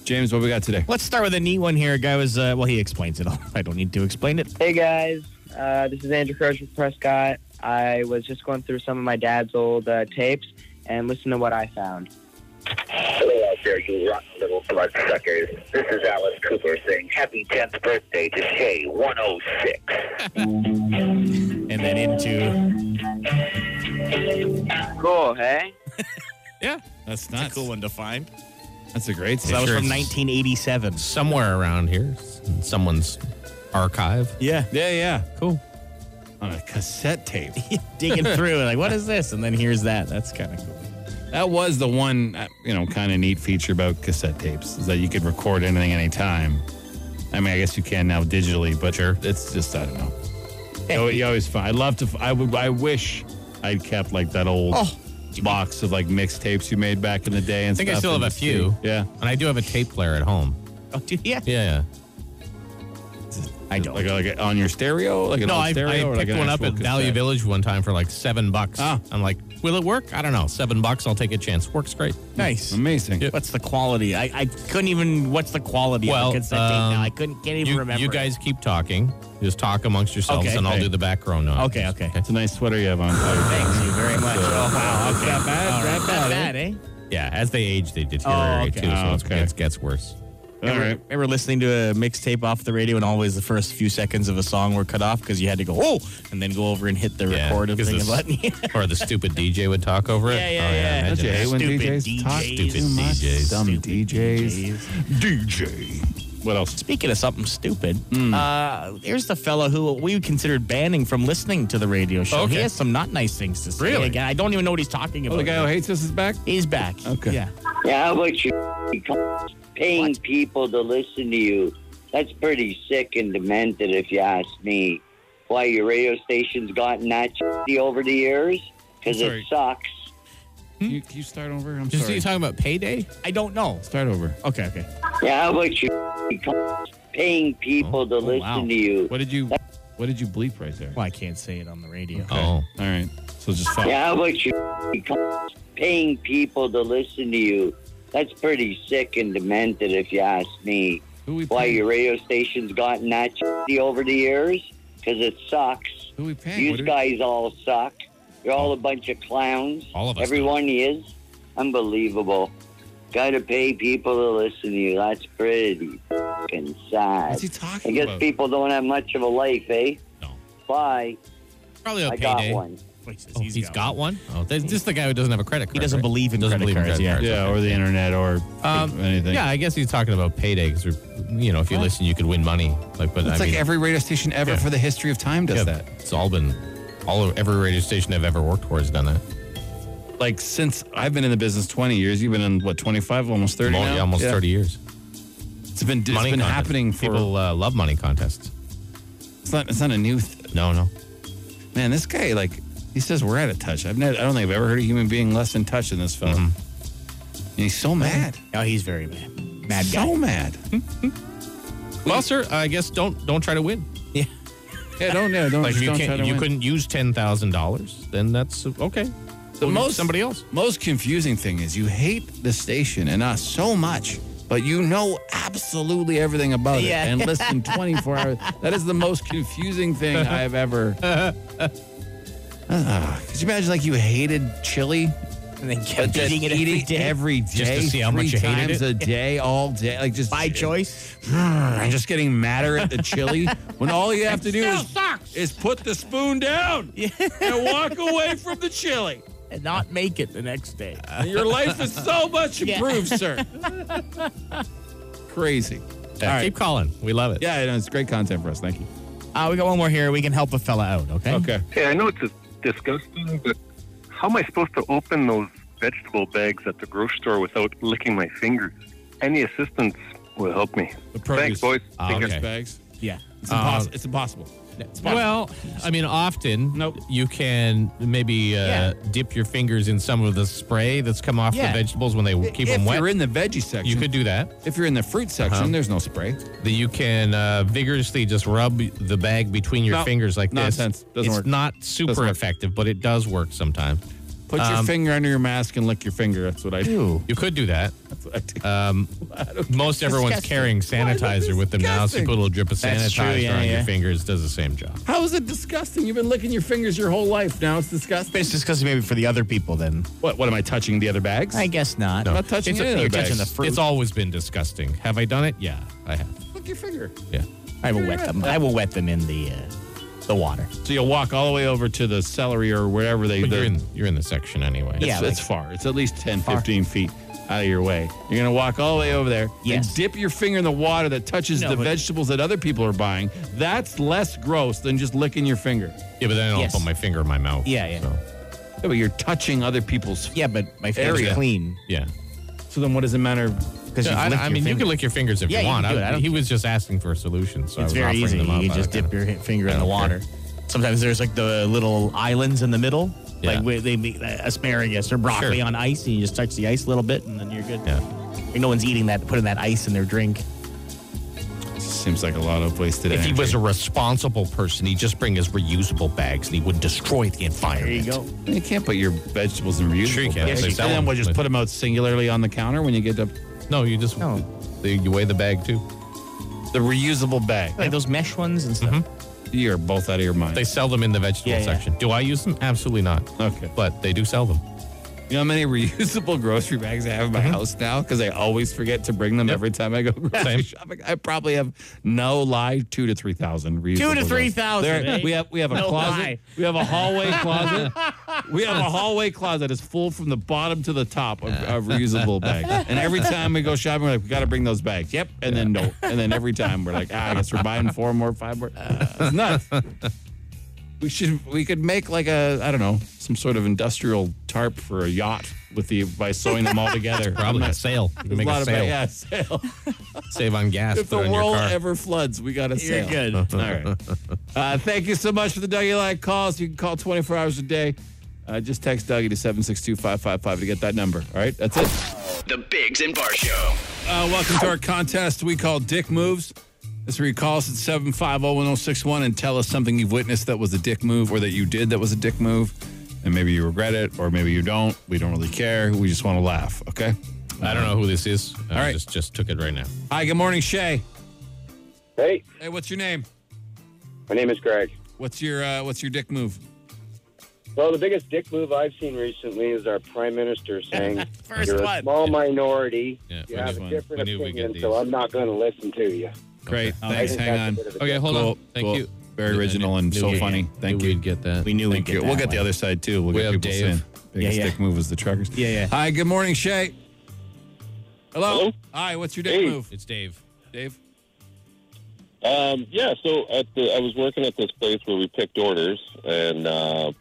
[SPEAKER 2] James, what we got today?
[SPEAKER 4] Let's start with a neat one here. A guy was, uh, well, he explains it all. I don't need to explain it.
[SPEAKER 11] Hey guys, uh, this is Andrew Crouch with Prescott. I was just going through some of my dad's old uh, tapes and listen to what I found.
[SPEAKER 9] Hello out there, you rotten little bloodsuckers. This is Alice Cooper saying happy 10th birthday to Shay 106.
[SPEAKER 4] And then into,
[SPEAKER 11] Cool, hey?
[SPEAKER 3] Yeah.
[SPEAKER 2] That's not
[SPEAKER 4] one to find.
[SPEAKER 2] That's a great.
[SPEAKER 4] So that was
[SPEAKER 2] picture.
[SPEAKER 4] from 1987.
[SPEAKER 3] Somewhere around here, in someone's archive.
[SPEAKER 4] Yeah.
[SPEAKER 2] Yeah, yeah.
[SPEAKER 3] Cool.
[SPEAKER 2] On a cassette tape.
[SPEAKER 4] Digging through, like, what is this? And then here's that. That's kind of cool.
[SPEAKER 2] that was the one, uh, you know, kind of neat feature about cassette tapes is that you could record anything anytime. I mean, I guess you can now digitally, but it's just I don't know. You al- you always find. I'd love to. f- I would. I wish I'd kept like that old box of like mixtapes you made back in the day. And
[SPEAKER 3] Oh. I think I
[SPEAKER 2] stuff
[SPEAKER 3] still
[SPEAKER 2] and
[SPEAKER 3] have a
[SPEAKER 2] just-
[SPEAKER 3] few.
[SPEAKER 2] Yeah,
[SPEAKER 3] And I do have a tape player at home.
[SPEAKER 4] Oh, dude, yeah.
[SPEAKER 3] Yeah,
[SPEAKER 4] I don't.
[SPEAKER 2] like like a- on your stereo, like
[SPEAKER 3] yeah.
[SPEAKER 2] an
[SPEAKER 3] No,
[SPEAKER 2] old
[SPEAKER 3] I, I
[SPEAKER 2] stereo. or, like,
[SPEAKER 3] picked
[SPEAKER 2] an
[SPEAKER 3] one up
[SPEAKER 2] actual
[SPEAKER 3] at Value
[SPEAKER 2] cassette?
[SPEAKER 3] Village one time for like seven bucks.
[SPEAKER 2] Ah.
[SPEAKER 3] I'm like, will it work? I don't know. Seven bucks, I'll take a chance. Works great.
[SPEAKER 4] nice.
[SPEAKER 2] Amazing.
[SPEAKER 4] What's the quality? I, I couldn't even. What's the quality
[SPEAKER 3] Well,
[SPEAKER 4] of the cassette tape
[SPEAKER 3] um,
[SPEAKER 4] now? I couldn't can't even
[SPEAKER 3] You,
[SPEAKER 4] remember.
[SPEAKER 3] you
[SPEAKER 4] it.
[SPEAKER 3] guys keep talking. Just talk amongst yourselves,
[SPEAKER 4] Okay.
[SPEAKER 3] and I'll
[SPEAKER 4] Okay.
[SPEAKER 3] do the background noise.
[SPEAKER 4] Okay, okay.
[SPEAKER 2] It's a nice sweater you have on. Tyler.
[SPEAKER 4] Thank you very much. Oh, wow. Okay. Not
[SPEAKER 2] bad, not
[SPEAKER 4] Not
[SPEAKER 2] bad,
[SPEAKER 4] bad, eh?
[SPEAKER 3] Yeah, as they age, they deteriorate
[SPEAKER 4] okay.
[SPEAKER 3] too, so
[SPEAKER 2] Oh,
[SPEAKER 3] it's-
[SPEAKER 2] okay.
[SPEAKER 3] it gets worse.
[SPEAKER 2] All right.
[SPEAKER 4] Remember listening to a mixtape off the radio and always the first few seconds of a song were cut off because you had to go, oh, and then go over and hit the
[SPEAKER 3] Yeah,
[SPEAKER 4] record of
[SPEAKER 3] 'cause
[SPEAKER 4] thing and
[SPEAKER 3] this-
[SPEAKER 4] button. yeah,
[SPEAKER 3] or the stupid DJ would talk over it.
[SPEAKER 4] yeah,
[SPEAKER 3] Oh,
[SPEAKER 4] yeah.
[SPEAKER 3] imagine
[SPEAKER 2] Don't you
[SPEAKER 3] that.
[SPEAKER 2] hate when
[SPEAKER 4] Stupid
[SPEAKER 2] DJs, talk
[SPEAKER 4] DJs.
[SPEAKER 2] stupid
[SPEAKER 4] Stupid
[SPEAKER 2] DJs, dumb
[SPEAKER 4] Stupid
[SPEAKER 2] DJs. DJ. What else?
[SPEAKER 4] Speaking of something stupid, uh, there's the fella who we considered banning from listening to the radio show. He
[SPEAKER 2] Okay.
[SPEAKER 4] has some not nice things to say.
[SPEAKER 2] Really? Oh,
[SPEAKER 4] Again, I don't even know what he's talking about.
[SPEAKER 2] the guy who hates us is back?
[SPEAKER 4] He's back.
[SPEAKER 2] Okay.
[SPEAKER 4] Yeah.
[SPEAKER 12] Yeah, how about you paying people to listen to you? That's pretty sick and demented, if you ask me. Why your radio station's gotten that shitty over the years? Because
[SPEAKER 2] Sorry.
[SPEAKER 12] it sucks.
[SPEAKER 3] Hmm?
[SPEAKER 2] Can, you, can you start over? I'm
[SPEAKER 3] Is
[SPEAKER 2] sorry.
[SPEAKER 3] he talking about payday?
[SPEAKER 4] I don't know.
[SPEAKER 2] Start over.
[SPEAKER 4] Okay, okay.
[SPEAKER 12] Yeah, how about you paying people to listen
[SPEAKER 2] Oh, wow.
[SPEAKER 12] to you?
[SPEAKER 2] What did you What did you bleep right there?
[SPEAKER 4] Well, I can't say it on the radio.
[SPEAKER 2] Okay.
[SPEAKER 3] Oh.
[SPEAKER 2] All right. So just fuck.
[SPEAKER 12] Yeah, how about you paying people to listen to you? That's pretty sick and demented, if you ask me.
[SPEAKER 2] Who we
[SPEAKER 12] Why
[SPEAKER 2] paying?
[SPEAKER 12] your radio station's gotten that shitty over the years? Because it sucks.
[SPEAKER 2] Who we paying?
[SPEAKER 12] You
[SPEAKER 2] What are we-
[SPEAKER 12] guys all suck. You're all a bunch of clowns.
[SPEAKER 3] All of us
[SPEAKER 12] Every
[SPEAKER 3] do.
[SPEAKER 12] one of you is. Unbelievable. Got to pay people to listen to you. That's pretty fucking sad.
[SPEAKER 2] What's he
[SPEAKER 12] I
[SPEAKER 2] talking
[SPEAKER 12] guess
[SPEAKER 2] about?
[SPEAKER 12] people don't have much of a life, eh?
[SPEAKER 3] No.
[SPEAKER 12] Bye.
[SPEAKER 3] Probably a
[SPEAKER 12] I got
[SPEAKER 3] payday.
[SPEAKER 12] one.
[SPEAKER 4] Wait, says
[SPEAKER 3] Oh, he's got, one. Oh, this this is the guy who doesn't have a credit card.
[SPEAKER 4] He doesn't
[SPEAKER 3] right?
[SPEAKER 4] believe in
[SPEAKER 3] doesn't
[SPEAKER 4] credit
[SPEAKER 3] believe in
[SPEAKER 4] cards,
[SPEAKER 3] credit
[SPEAKER 4] yeah.
[SPEAKER 3] cards.
[SPEAKER 2] Yeah, or the internet or
[SPEAKER 3] Um,
[SPEAKER 2] anything.
[SPEAKER 3] Yeah, I guess he's talking about payday because, you know, if you listen, you could win money. Like, but
[SPEAKER 2] It's
[SPEAKER 3] I
[SPEAKER 2] like
[SPEAKER 3] mean,
[SPEAKER 2] every radio station ever
[SPEAKER 3] Yeah.
[SPEAKER 2] for the history of time does
[SPEAKER 3] yeah,
[SPEAKER 2] that.
[SPEAKER 3] It's all been all of, every radio station I've ever worked for has done that.
[SPEAKER 2] Like since I've been in the business 20 years, you've been in what 25, almost 30
[SPEAKER 3] Mo-
[SPEAKER 2] now?
[SPEAKER 3] yeah, almost
[SPEAKER 2] Yeah.
[SPEAKER 3] thirty years.
[SPEAKER 2] It's been it's
[SPEAKER 3] money
[SPEAKER 2] been
[SPEAKER 3] contests.
[SPEAKER 2] happening for
[SPEAKER 3] people uh, love money contests.
[SPEAKER 2] it's not it's not a new th-
[SPEAKER 3] No, no.
[SPEAKER 2] man. This guy like he says we're out of touch. I've never I don't think I've ever heard a human being less in touch than this fellow.
[SPEAKER 3] Mm-hmm.
[SPEAKER 2] And he's so mad,
[SPEAKER 4] Oh, he's very mad. Mad guy.
[SPEAKER 2] so mad.
[SPEAKER 3] Well, sir, I guess don't don't try to win.
[SPEAKER 4] Yeah.
[SPEAKER 2] Yeah, don't yeah, don't
[SPEAKER 3] Like if you
[SPEAKER 2] Oh, don't try
[SPEAKER 3] can't,
[SPEAKER 2] to
[SPEAKER 3] if you
[SPEAKER 2] win.
[SPEAKER 3] couldn't use ten thousand dollars, then that's uh, okay. So
[SPEAKER 2] most-
[SPEAKER 3] somebody else.
[SPEAKER 2] Most confusing thing is you hate the station and us so much, but you know absolutely everything about
[SPEAKER 4] Yeah.
[SPEAKER 2] it and listen 24 hours. That is the most confusing thing I've ever. Ah, could you imagine like you hated chili?
[SPEAKER 4] And then kept
[SPEAKER 2] Just
[SPEAKER 4] eating it every
[SPEAKER 2] eating
[SPEAKER 4] day.
[SPEAKER 2] every day,
[SPEAKER 3] to see how
[SPEAKER 2] three
[SPEAKER 3] much you hated
[SPEAKER 2] times
[SPEAKER 3] it?
[SPEAKER 2] a day, all day, like just
[SPEAKER 4] By choice.
[SPEAKER 2] and just getting madder at the chili when all you have to do is, is put the spoon down and walk away from the chili.
[SPEAKER 4] And not make it the next day.
[SPEAKER 2] Your life is so much improved, sir. Crazy.
[SPEAKER 3] Yeah,
[SPEAKER 2] All right.
[SPEAKER 3] Keep calling. We love it.
[SPEAKER 2] Yeah, I know, it's great content for us. Thank you.
[SPEAKER 4] Uh, we got one more here. We can help a fella out, okay?
[SPEAKER 2] Okay.
[SPEAKER 13] Hey, I know it's uh, disgusting, but how am I supposed to open those vegetable bags at the grocery store without licking my fingers? Any assistance will help me.
[SPEAKER 2] The
[SPEAKER 13] Thanks, boys.
[SPEAKER 3] Ah,
[SPEAKER 13] Take care.
[SPEAKER 3] okay.
[SPEAKER 2] bags.
[SPEAKER 4] Yeah.
[SPEAKER 2] It's, impossible. it's impossible. It's impossible.
[SPEAKER 3] Well, I mean, often
[SPEAKER 2] Nope.
[SPEAKER 3] you can maybe uh,
[SPEAKER 4] Yeah.
[SPEAKER 3] dip your fingers in some of the spray that's come off
[SPEAKER 4] Yeah.
[SPEAKER 3] the vegetables when they keep
[SPEAKER 2] if
[SPEAKER 3] them wet.
[SPEAKER 2] you're in the veggie section,
[SPEAKER 3] you could do that.
[SPEAKER 2] If you're in the fruit section,
[SPEAKER 3] Uh-huh.
[SPEAKER 2] there's no spray.
[SPEAKER 3] That you can uh, vigorously just rub the bag between your
[SPEAKER 2] No,
[SPEAKER 3] fingers like
[SPEAKER 2] nonsense.
[SPEAKER 3] this.
[SPEAKER 2] Doesn't
[SPEAKER 3] it's
[SPEAKER 2] work.
[SPEAKER 3] not super
[SPEAKER 2] Doesn't work.
[SPEAKER 3] effective, but it does work sometimes.
[SPEAKER 2] Put your finger under your mask and lick your finger. That's what I do.
[SPEAKER 3] You could do that.
[SPEAKER 2] That's what I do.
[SPEAKER 3] Um, most everyone's
[SPEAKER 2] Disgusting.
[SPEAKER 3] carrying sanitizer with them now, so you
[SPEAKER 2] disgusting?
[SPEAKER 3] put a little drip of
[SPEAKER 4] That's
[SPEAKER 3] sanitizer
[SPEAKER 4] true, yeah,
[SPEAKER 3] on
[SPEAKER 4] yeah.
[SPEAKER 3] your fingers. Does the same job.
[SPEAKER 2] How is it disgusting? You've been licking your fingers your whole life. Now it's disgusting.
[SPEAKER 4] It's disgusting maybe for the other people then.
[SPEAKER 2] What? What am I touching? The other bags?
[SPEAKER 4] I guess not.
[SPEAKER 2] I'm not touching
[SPEAKER 4] It's
[SPEAKER 2] any
[SPEAKER 4] a-
[SPEAKER 2] of
[SPEAKER 4] you're
[SPEAKER 2] the bags.
[SPEAKER 4] touching the fruit.
[SPEAKER 3] It's always been disgusting. Have I done it? Yeah, I have.
[SPEAKER 2] Lick your finger.
[SPEAKER 3] Yeah.
[SPEAKER 4] I will wet them. I will wet them in the uh, the water.
[SPEAKER 2] So you'll walk all the way over to the celery or wherever they.
[SPEAKER 3] But
[SPEAKER 2] the-
[SPEAKER 3] you're in you're in the section anyway.
[SPEAKER 4] Yeah.
[SPEAKER 2] It's,
[SPEAKER 4] like-
[SPEAKER 2] it's far. It's at least 10, 15 feet out of your way. You're going to walk all the way over there
[SPEAKER 4] Yes.
[SPEAKER 2] and dip your finger in the water that touches
[SPEAKER 4] No,
[SPEAKER 2] the
[SPEAKER 4] but-
[SPEAKER 2] vegetables that other people are buying. That's less gross than just licking your finger.
[SPEAKER 3] Yeah, but then I'll
[SPEAKER 4] Yes.
[SPEAKER 3] put my finger in my mouth.
[SPEAKER 4] Yeah, yeah.
[SPEAKER 3] So,
[SPEAKER 2] Yeah, but you're touching other people's.
[SPEAKER 4] Yeah, but my fingers
[SPEAKER 2] Area.
[SPEAKER 4] are clean
[SPEAKER 3] yeah.
[SPEAKER 2] So then what does it matter?
[SPEAKER 4] because
[SPEAKER 3] Yeah, I,
[SPEAKER 4] you licked
[SPEAKER 3] I
[SPEAKER 4] your
[SPEAKER 3] mean, you
[SPEAKER 4] finger.
[SPEAKER 3] can lick your fingers if
[SPEAKER 4] Yeah,
[SPEAKER 3] you
[SPEAKER 4] you
[SPEAKER 3] want.
[SPEAKER 4] can do
[SPEAKER 3] I-
[SPEAKER 4] it. I don't
[SPEAKER 3] he was just asking for a solution, so
[SPEAKER 4] It's
[SPEAKER 3] I was
[SPEAKER 4] very
[SPEAKER 3] offering
[SPEAKER 4] easy.
[SPEAKER 3] them up.
[SPEAKER 4] You
[SPEAKER 3] I
[SPEAKER 4] just
[SPEAKER 3] don't
[SPEAKER 4] dip your hi- finger
[SPEAKER 3] I
[SPEAKER 4] in the
[SPEAKER 3] don't
[SPEAKER 4] water. Sometimes there's like the little islands in the middle,
[SPEAKER 3] Yeah.
[SPEAKER 4] like where they make uh, asparagus or broccoli
[SPEAKER 3] Sure.
[SPEAKER 4] on ice, and you just touch the ice a little bit, and then you're good.
[SPEAKER 3] Yeah.
[SPEAKER 4] And no one's eating that, putting that ice in their drink.
[SPEAKER 2] Seems like a lot of wasted
[SPEAKER 3] If he
[SPEAKER 2] energy.
[SPEAKER 3] was a responsible person, he'd just bring his reusable bags and he would destroy the
[SPEAKER 4] There
[SPEAKER 3] environment.
[SPEAKER 4] you go.
[SPEAKER 2] You can't put your vegetables in reusable.
[SPEAKER 3] Sure you can.
[SPEAKER 2] bags.
[SPEAKER 3] Yes, you
[SPEAKER 2] and
[SPEAKER 3] can.
[SPEAKER 2] then we'll just put them out singularly on the counter when you get the,
[SPEAKER 3] No, you just
[SPEAKER 4] No.
[SPEAKER 3] the- you weigh the bag too.
[SPEAKER 2] the reusable bag.
[SPEAKER 4] Like those mesh ones and stuff.
[SPEAKER 2] You're both out of your mind.
[SPEAKER 3] They sell them in the vegetable
[SPEAKER 4] Yeah, yeah.
[SPEAKER 3] section. Do I use them? Absolutely not.
[SPEAKER 2] Okay.
[SPEAKER 3] But they do sell them.
[SPEAKER 2] You know how many reusable grocery bags I have in my
[SPEAKER 4] Mm-hmm.
[SPEAKER 2] house now? Because I always forget to bring them every time I go grocery
[SPEAKER 3] Same.
[SPEAKER 2] shopping. I probably have no lie two to three thousand reusable.
[SPEAKER 4] Two to
[SPEAKER 2] groceries.
[SPEAKER 4] 3,000,
[SPEAKER 2] There-
[SPEAKER 4] eh?
[SPEAKER 2] We have we have a
[SPEAKER 4] No
[SPEAKER 2] closet.
[SPEAKER 4] lie.
[SPEAKER 2] We have a hallway closet. we have a hallway closet is full from the bottom to the top of, of reusable bags. And every time we go shopping, we're like, we got to bring those bags. Yep. And then no. And then every time we're like, ah, I guess we're buying four more, five more. It's nuts. We should we could make like a I don't know some sort of industrial tarp for a yacht with the by sewing them all together.
[SPEAKER 3] Probably a sail. You can
[SPEAKER 2] There's
[SPEAKER 3] make
[SPEAKER 2] a lot
[SPEAKER 3] a uh,
[SPEAKER 2] of
[SPEAKER 3] sail.
[SPEAKER 2] yeah sail.
[SPEAKER 3] Save on gas.
[SPEAKER 2] if
[SPEAKER 3] put
[SPEAKER 2] the
[SPEAKER 3] it in your
[SPEAKER 2] world
[SPEAKER 3] car.
[SPEAKER 2] ever floods, we got to
[SPEAKER 3] You're
[SPEAKER 2] sail.
[SPEAKER 3] good.
[SPEAKER 2] All right. Uh, thank you so much for the Dougie Live calls. You can call 24 hours a day. Uh, just text Dougie to 762-555 to get that number. All right, that's it.
[SPEAKER 1] The Bigs and Bar Show.
[SPEAKER 2] Uh, welcome to our contest we call Dick Moves. This where you call us at 750-1061 and tell us something you've witnessed that was a dick move or that you did that was a dick move. And maybe you regret it or maybe you don't. We don't really care. We just want to laugh, okay?
[SPEAKER 3] I don't know who this is. I
[SPEAKER 2] All right.
[SPEAKER 3] Just, just took it right now.
[SPEAKER 2] Hi, good morning, Shay.
[SPEAKER 12] Hey.
[SPEAKER 2] Hey, what's your name?
[SPEAKER 12] My name is Greg.
[SPEAKER 2] What's your uh, what's your dick move?
[SPEAKER 12] Well, the biggest dick move I've seen recently is our prime minister saying,
[SPEAKER 2] First
[SPEAKER 12] "You're
[SPEAKER 2] one.
[SPEAKER 12] a small minority.
[SPEAKER 3] Yeah, we
[SPEAKER 12] you have
[SPEAKER 3] knew-
[SPEAKER 12] a different
[SPEAKER 3] we knew we'd get
[SPEAKER 12] opinion, so I'm not going to listen to you."
[SPEAKER 2] Great.
[SPEAKER 12] Okay.
[SPEAKER 2] Thanks.
[SPEAKER 12] Okay.
[SPEAKER 2] Hang on.
[SPEAKER 12] That's a bit of a
[SPEAKER 3] Okay, hold on. Thank
[SPEAKER 2] Cool.
[SPEAKER 3] you.
[SPEAKER 2] Very original and so funny. Thank you.
[SPEAKER 3] We'd get that.
[SPEAKER 2] We knew
[SPEAKER 3] Thank you.
[SPEAKER 2] We'll get the other side too. We'll
[SPEAKER 3] We
[SPEAKER 2] get
[SPEAKER 3] have
[SPEAKER 2] people
[SPEAKER 3] Dave.
[SPEAKER 2] saying biggest
[SPEAKER 3] Yeah, yeah.
[SPEAKER 2] dick move is the truckers. Yeah, yeah. Hi, good morning, Shay. Hello. Hi, what's your dick
[SPEAKER 14] Dave.
[SPEAKER 2] move?
[SPEAKER 3] It's Dave.
[SPEAKER 2] Dave.
[SPEAKER 14] Um, yeah, so at the, I was working at this place where we picked orders, and uh,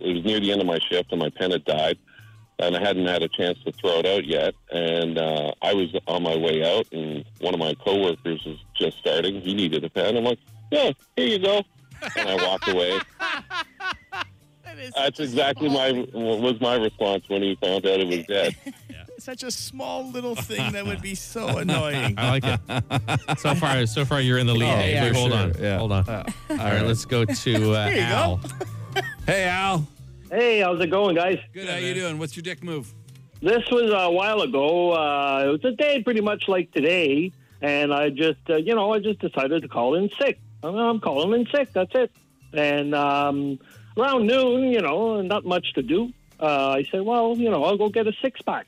[SPEAKER 14] it was near the end of my shift, and my pen had died, and I hadn't had a chance to throw it out yet. And uh, I was on my way out, and one of my coworkers was just starting. He needed a pen. I'm like, yeah, here you go. And I walked away. That's exactly my was my response when he found out it was dead.
[SPEAKER 4] Such a small little thing that would be so annoying.
[SPEAKER 3] I like it. So far, so far, you're in the lead.
[SPEAKER 4] Oh,
[SPEAKER 3] Dave.
[SPEAKER 4] yeah,
[SPEAKER 3] Wait, hold
[SPEAKER 4] sure.
[SPEAKER 3] on. Hold on. all right, let's go to uh,
[SPEAKER 2] Here Oh. you go.
[SPEAKER 3] Al.
[SPEAKER 2] Hey, Al.
[SPEAKER 12] Hey, how's it going, guys?
[SPEAKER 2] Good. How you doing? What's your dick move?
[SPEAKER 12] This was a while ago. Uh, it was a day pretty much like today, and I just, uh, you know, I just decided to call in sick. I'm, I'm calling in sick. That's it. And um, around noon, you know, not much to do. Uh, I said, well, you know, I'll go get a six pack.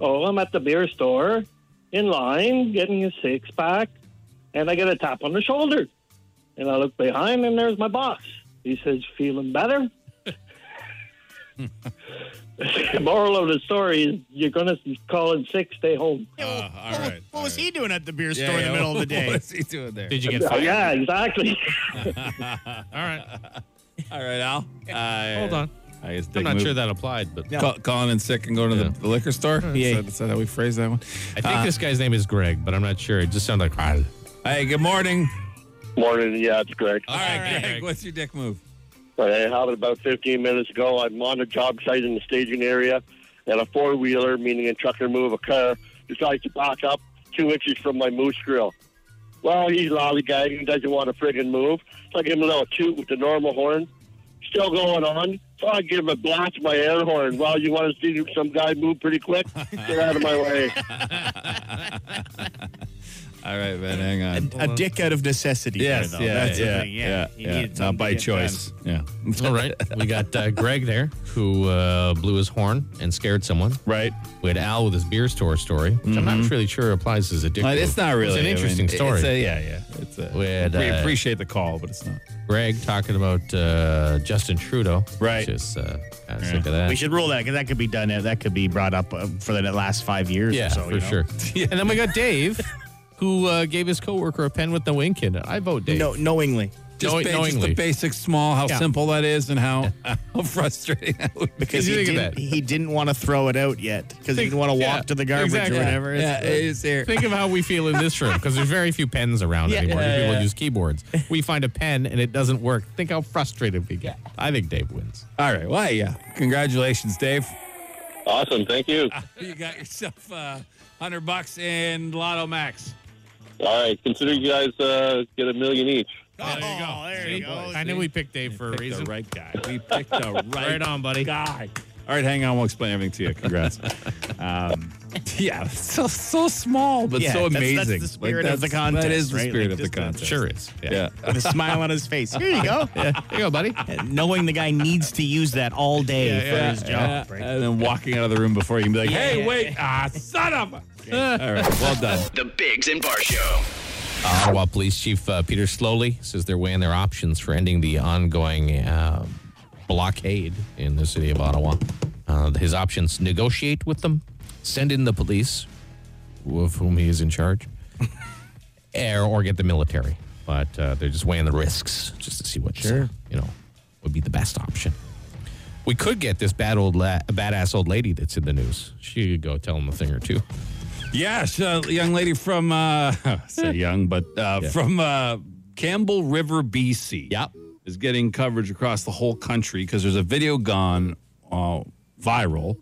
[SPEAKER 12] so I'm at the beer store in line getting a six pack, and I get a tap on the shoulder. And I look behind, and there's my boss. He says, feeling better? moral of the story is you're going to call in sick, stay home.
[SPEAKER 3] Uh,
[SPEAKER 2] all right.
[SPEAKER 4] What was he doing at the beer store
[SPEAKER 12] Yeah,
[SPEAKER 4] in the
[SPEAKER 12] yeah,
[SPEAKER 4] middle of the day?
[SPEAKER 2] What is he doing there?
[SPEAKER 3] Did you get
[SPEAKER 12] Oh,
[SPEAKER 3] fired?
[SPEAKER 12] yeah, exactly.
[SPEAKER 3] all right.
[SPEAKER 2] All right, Al. Uh,
[SPEAKER 3] Hold on.
[SPEAKER 2] I guess dick
[SPEAKER 3] I'm not
[SPEAKER 2] move.
[SPEAKER 3] sure that applied, but
[SPEAKER 2] Call, calling in sick and going to the, the liquor store.
[SPEAKER 3] Yeah.
[SPEAKER 2] Is that, is that how we phrase that one?
[SPEAKER 3] I think
[SPEAKER 2] Uh,
[SPEAKER 3] this guy's name is Greg, but I'm not sure. It just sounded like Al.
[SPEAKER 2] Hey, good morning.
[SPEAKER 14] Morning, yeah, it's Greg.
[SPEAKER 2] All right, Greg, What's your dick move?
[SPEAKER 14] But I have it about 15 minutes ago. I'm on a job site in the staging area, and a four wheeler, meaning a trucker move a car, decides to back up two inches from my moose grill. Well, he's lollygagging, doesn't want to friggin' move. So I give him a little toot with the normal horn. Still going on. So I give him a blast with my air horn. Well, you want to see some guy move pretty quick? Get out of my way.
[SPEAKER 2] All right, man. Hang on.
[SPEAKER 4] A dick out of necessity.
[SPEAKER 2] Yes,
[SPEAKER 4] here, though.
[SPEAKER 2] yeah,
[SPEAKER 4] That's the
[SPEAKER 2] yeah,
[SPEAKER 4] thing,
[SPEAKER 2] yeah,
[SPEAKER 4] He
[SPEAKER 2] yeah.
[SPEAKER 4] needed
[SPEAKER 2] Not
[SPEAKER 4] something to
[SPEAKER 2] by
[SPEAKER 4] get
[SPEAKER 2] choice.
[SPEAKER 4] done.
[SPEAKER 2] Yeah.
[SPEAKER 3] All right. We got uh, Greg there who uh, blew his horn and scared someone.
[SPEAKER 2] Right.
[SPEAKER 3] We had Al with his beer store story, which I'm not really sure applies as a dick.
[SPEAKER 2] Mm-hmm. Uh, it's
[SPEAKER 3] move.
[SPEAKER 2] not really.
[SPEAKER 3] It's an
[SPEAKER 2] I mean,
[SPEAKER 3] interesting
[SPEAKER 2] it's
[SPEAKER 3] story.
[SPEAKER 2] a- yeah, yeah. It's a,
[SPEAKER 3] We had,
[SPEAKER 2] we
[SPEAKER 3] uh,
[SPEAKER 2] appreciate the call, but it's not.
[SPEAKER 3] Greg talking about uh, Justin Trudeau.
[SPEAKER 2] Right.
[SPEAKER 3] Just uh, kind of sick of that.
[SPEAKER 4] We should rule that because that could be done. That could be brought up uh, for the last five years.
[SPEAKER 3] Yeah,
[SPEAKER 4] or so,
[SPEAKER 3] for
[SPEAKER 4] you know?
[SPEAKER 3] sure. And then we got Dave, who uh, gave his coworker a pen with the wink in it. I vote Dave.
[SPEAKER 4] No, knowingly.
[SPEAKER 2] Just,
[SPEAKER 3] Know-
[SPEAKER 2] ba- just
[SPEAKER 3] knowingly.
[SPEAKER 2] the basic small, how
[SPEAKER 4] Yeah.
[SPEAKER 2] simple that is, and how, how frustrating that would be.
[SPEAKER 4] Because he didn't, he didn't want to throw it out yet because he didn't want to walk
[SPEAKER 3] yeah,
[SPEAKER 4] to the garbage
[SPEAKER 3] exactly.
[SPEAKER 4] or whatever.
[SPEAKER 2] Yeah, it is here.
[SPEAKER 3] Think of how we feel in this room because there's very few pens around
[SPEAKER 4] Yeah.
[SPEAKER 3] anymore.
[SPEAKER 4] Yeah,
[SPEAKER 3] People
[SPEAKER 4] yeah.
[SPEAKER 3] use keyboards. We find a pen and it doesn't work. Think how frustrated we get. I think Dave wins.
[SPEAKER 2] All right. Well, yeah. Congratulations, Dave.
[SPEAKER 14] Awesome. Thank you.
[SPEAKER 2] You got yourself uh, 100 bucks in Lotto Max.
[SPEAKER 14] All right. Consider you guys uh, get a million each.
[SPEAKER 3] Oh, there you go. There you go. I knew we picked Dave for a
[SPEAKER 2] Picked
[SPEAKER 3] reason.
[SPEAKER 2] the right guy. We picked the right,
[SPEAKER 3] Right on, buddy.
[SPEAKER 2] guy. All right, hang on. We'll explain everything to you. Congrats. um, yeah, so so small, but
[SPEAKER 4] Yeah,
[SPEAKER 2] so
[SPEAKER 4] that's- that's
[SPEAKER 2] amazing.
[SPEAKER 4] the spirit of the
[SPEAKER 2] that's- That
[SPEAKER 4] contest,
[SPEAKER 2] is the
[SPEAKER 4] right?
[SPEAKER 2] spirit
[SPEAKER 4] Like,
[SPEAKER 2] of the
[SPEAKER 4] just the-
[SPEAKER 2] contest.
[SPEAKER 3] Sure is. Yeah.
[SPEAKER 2] Yeah.
[SPEAKER 4] With a smile on his face. Here you go.
[SPEAKER 3] There you go, buddy.
[SPEAKER 4] And knowing the guy needs to use that all day for
[SPEAKER 2] Yeah,
[SPEAKER 4] his job.
[SPEAKER 2] yeah.
[SPEAKER 4] right?
[SPEAKER 2] And then walking out of the room before you can be like,
[SPEAKER 4] Yeah,
[SPEAKER 2] hey,
[SPEAKER 4] yeah,
[SPEAKER 2] wait, ah, son of a. All right, well done.
[SPEAKER 1] The Bigs and Bar Show.
[SPEAKER 3] Uh, Ottawa Police Chief uh, Peter Slowly says they're weighing their options for ending the ongoing uh, blockade in the city of Ottawa. Uh, his options negotiate with them, send in the police, of whom he is in charge, or, or get the military. But uh, they're just weighing the risks just to see what,
[SPEAKER 4] Sure.
[SPEAKER 3] you know, would be the best option. We could get this bad old la- badass old lady that's in the news. She could go tell him a thing or two.
[SPEAKER 2] Yes, uh, young lady from uh say young, but uh from uh Campbell River, BC. Yep. Is getting coverage across the whole country because there's a video gone uh, viral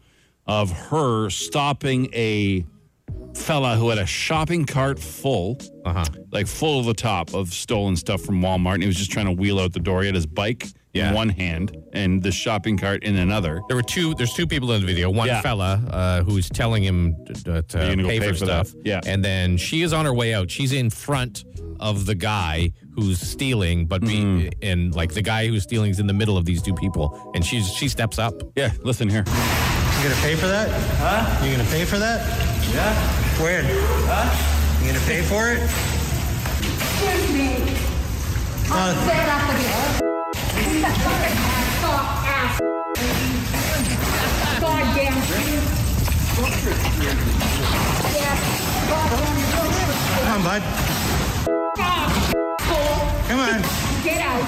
[SPEAKER 2] of her stopping a fella who had a shopping cart full, uh-huh. like full of the top of stolen stuff from Walmart. And he was just trying to wheel out the door. He had his bike in one hand and the shopping cart in another.
[SPEAKER 3] There were two. There's two people in the video. One
[SPEAKER 2] Yeah.
[SPEAKER 3] fella uh, who's telling him t- t- to,
[SPEAKER 2] You're gonna go
[SPEAKER 3] pay,
[SPEAKER 2] pay
[SPEAKER 3] for,
[SPEAKER 2] for that.
[SPEAKER 3] stuff. Yeah. And then she is on her way out. She's in front of the guy who's stealing, but be,
[SPEAKER 2] Mm.
[SPEAKER 3] and like the guy who's stealing is in the middle of these two people, and she's she steps up.
[SPEAKER 2] Yeah. Listen here.
[SPEAKER 15] You gonna pay for that? Huh? You gonna pay for that? Yeah. When? Huh? You gonna pay for it?
[SPEAKER 16] Excuse me. I'm fed up with you. Fuck ass. Goddamn shit. Yeah.
[SPEAKER 15] Come on, bud. Come on.
[SPEAKER 16] Get out.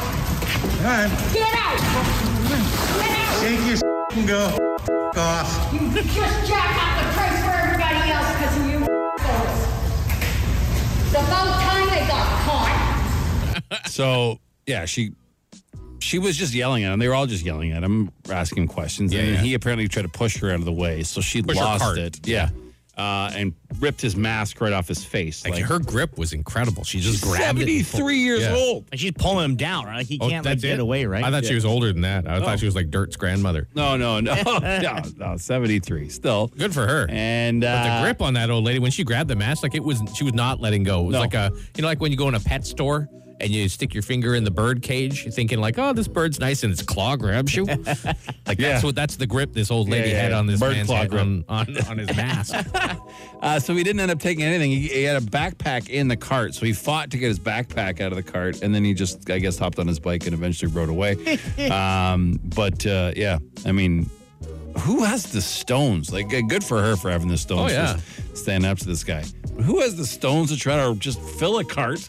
[SPEAKER 15] Come on.
[SPEAKER 16] Get out.
[SPEAKER 15] Take your and go F- off.
[SPEAKER 16] You just jack up the price for everybody else because of you assholes. It's about time they got caught.
[SPEAKER 2] so yeah, she she was just yelling at him. They were all just yelling at him, asking him questions. and then he apparently tried to push her out of the way, so she
[SPEAKER 3] Push her
[SPEAKER 2] lost
[SPEAKER 3] cart.
[SPEAKER 2] it. Yeah. Uh, and ripped his mask right off his face. Like,
[SPEAKER 3] her grip was incredible. She just grabbed it and pulled-
[SPEAKER 2] 73 years
[SPEAKER 3] Yeah.
[SPEAKER 2] old.
[SPEAKER 4] Like she's pulling him down, right? Like
[SPEAKER 2] Oh,
[SPEAKER 4] he can't like,
[SPEAKER 3] that's
[SPEAKER 4] get
[SPEAKER 3] it?
[SPEAKER 4] away, right?
[SPEAKER 3] I thought she was older than that. I thought she was like Dirt's grandmother.
[SPEAKER 2] No, no, no, no, no. Seventy-three, still
[SPEAKER 3] good for her.
[SPEAKER 2] And uh,
[SPEAKER 3] but the grip on that old lady when she grabbed the mask, like it was, she was not letting go. It was like a, you know, like when you go in a pet store and you stick your finger in the bird cage, thinking like, oh, this bird's nice, and its claw grabs you. like that's what that's the grip this old lady
[SPEAKER 2] Yeah, yeah,
[SPEAKER 3] had
[SPEAKER 2] yeah.
[SPEAKER 3] on this
[SPEAKER 2] Bird
[SPEAKER 3] man's
[SPEAKER 2] claw
[SPEAKER 3] head,
[SPEAKER 2] grip.
[SPEAKER 3] on, on on his mask.
[SPEAKER 2] Uh, so he didn't end up taking anything. He, he had a backpack in the cart, so he fought to get his backpack out of the cart, and then he just, I guess, hopped on his bike and eventually rode away. um, but uh, yeah, I mean, who has the stones? Like, uh, good for her for having the stones.
[SPEAKER 3] Oh, yeah.
[SPEAKER 2] just standing up to this guy. But who has the stones to try to just fill a cart?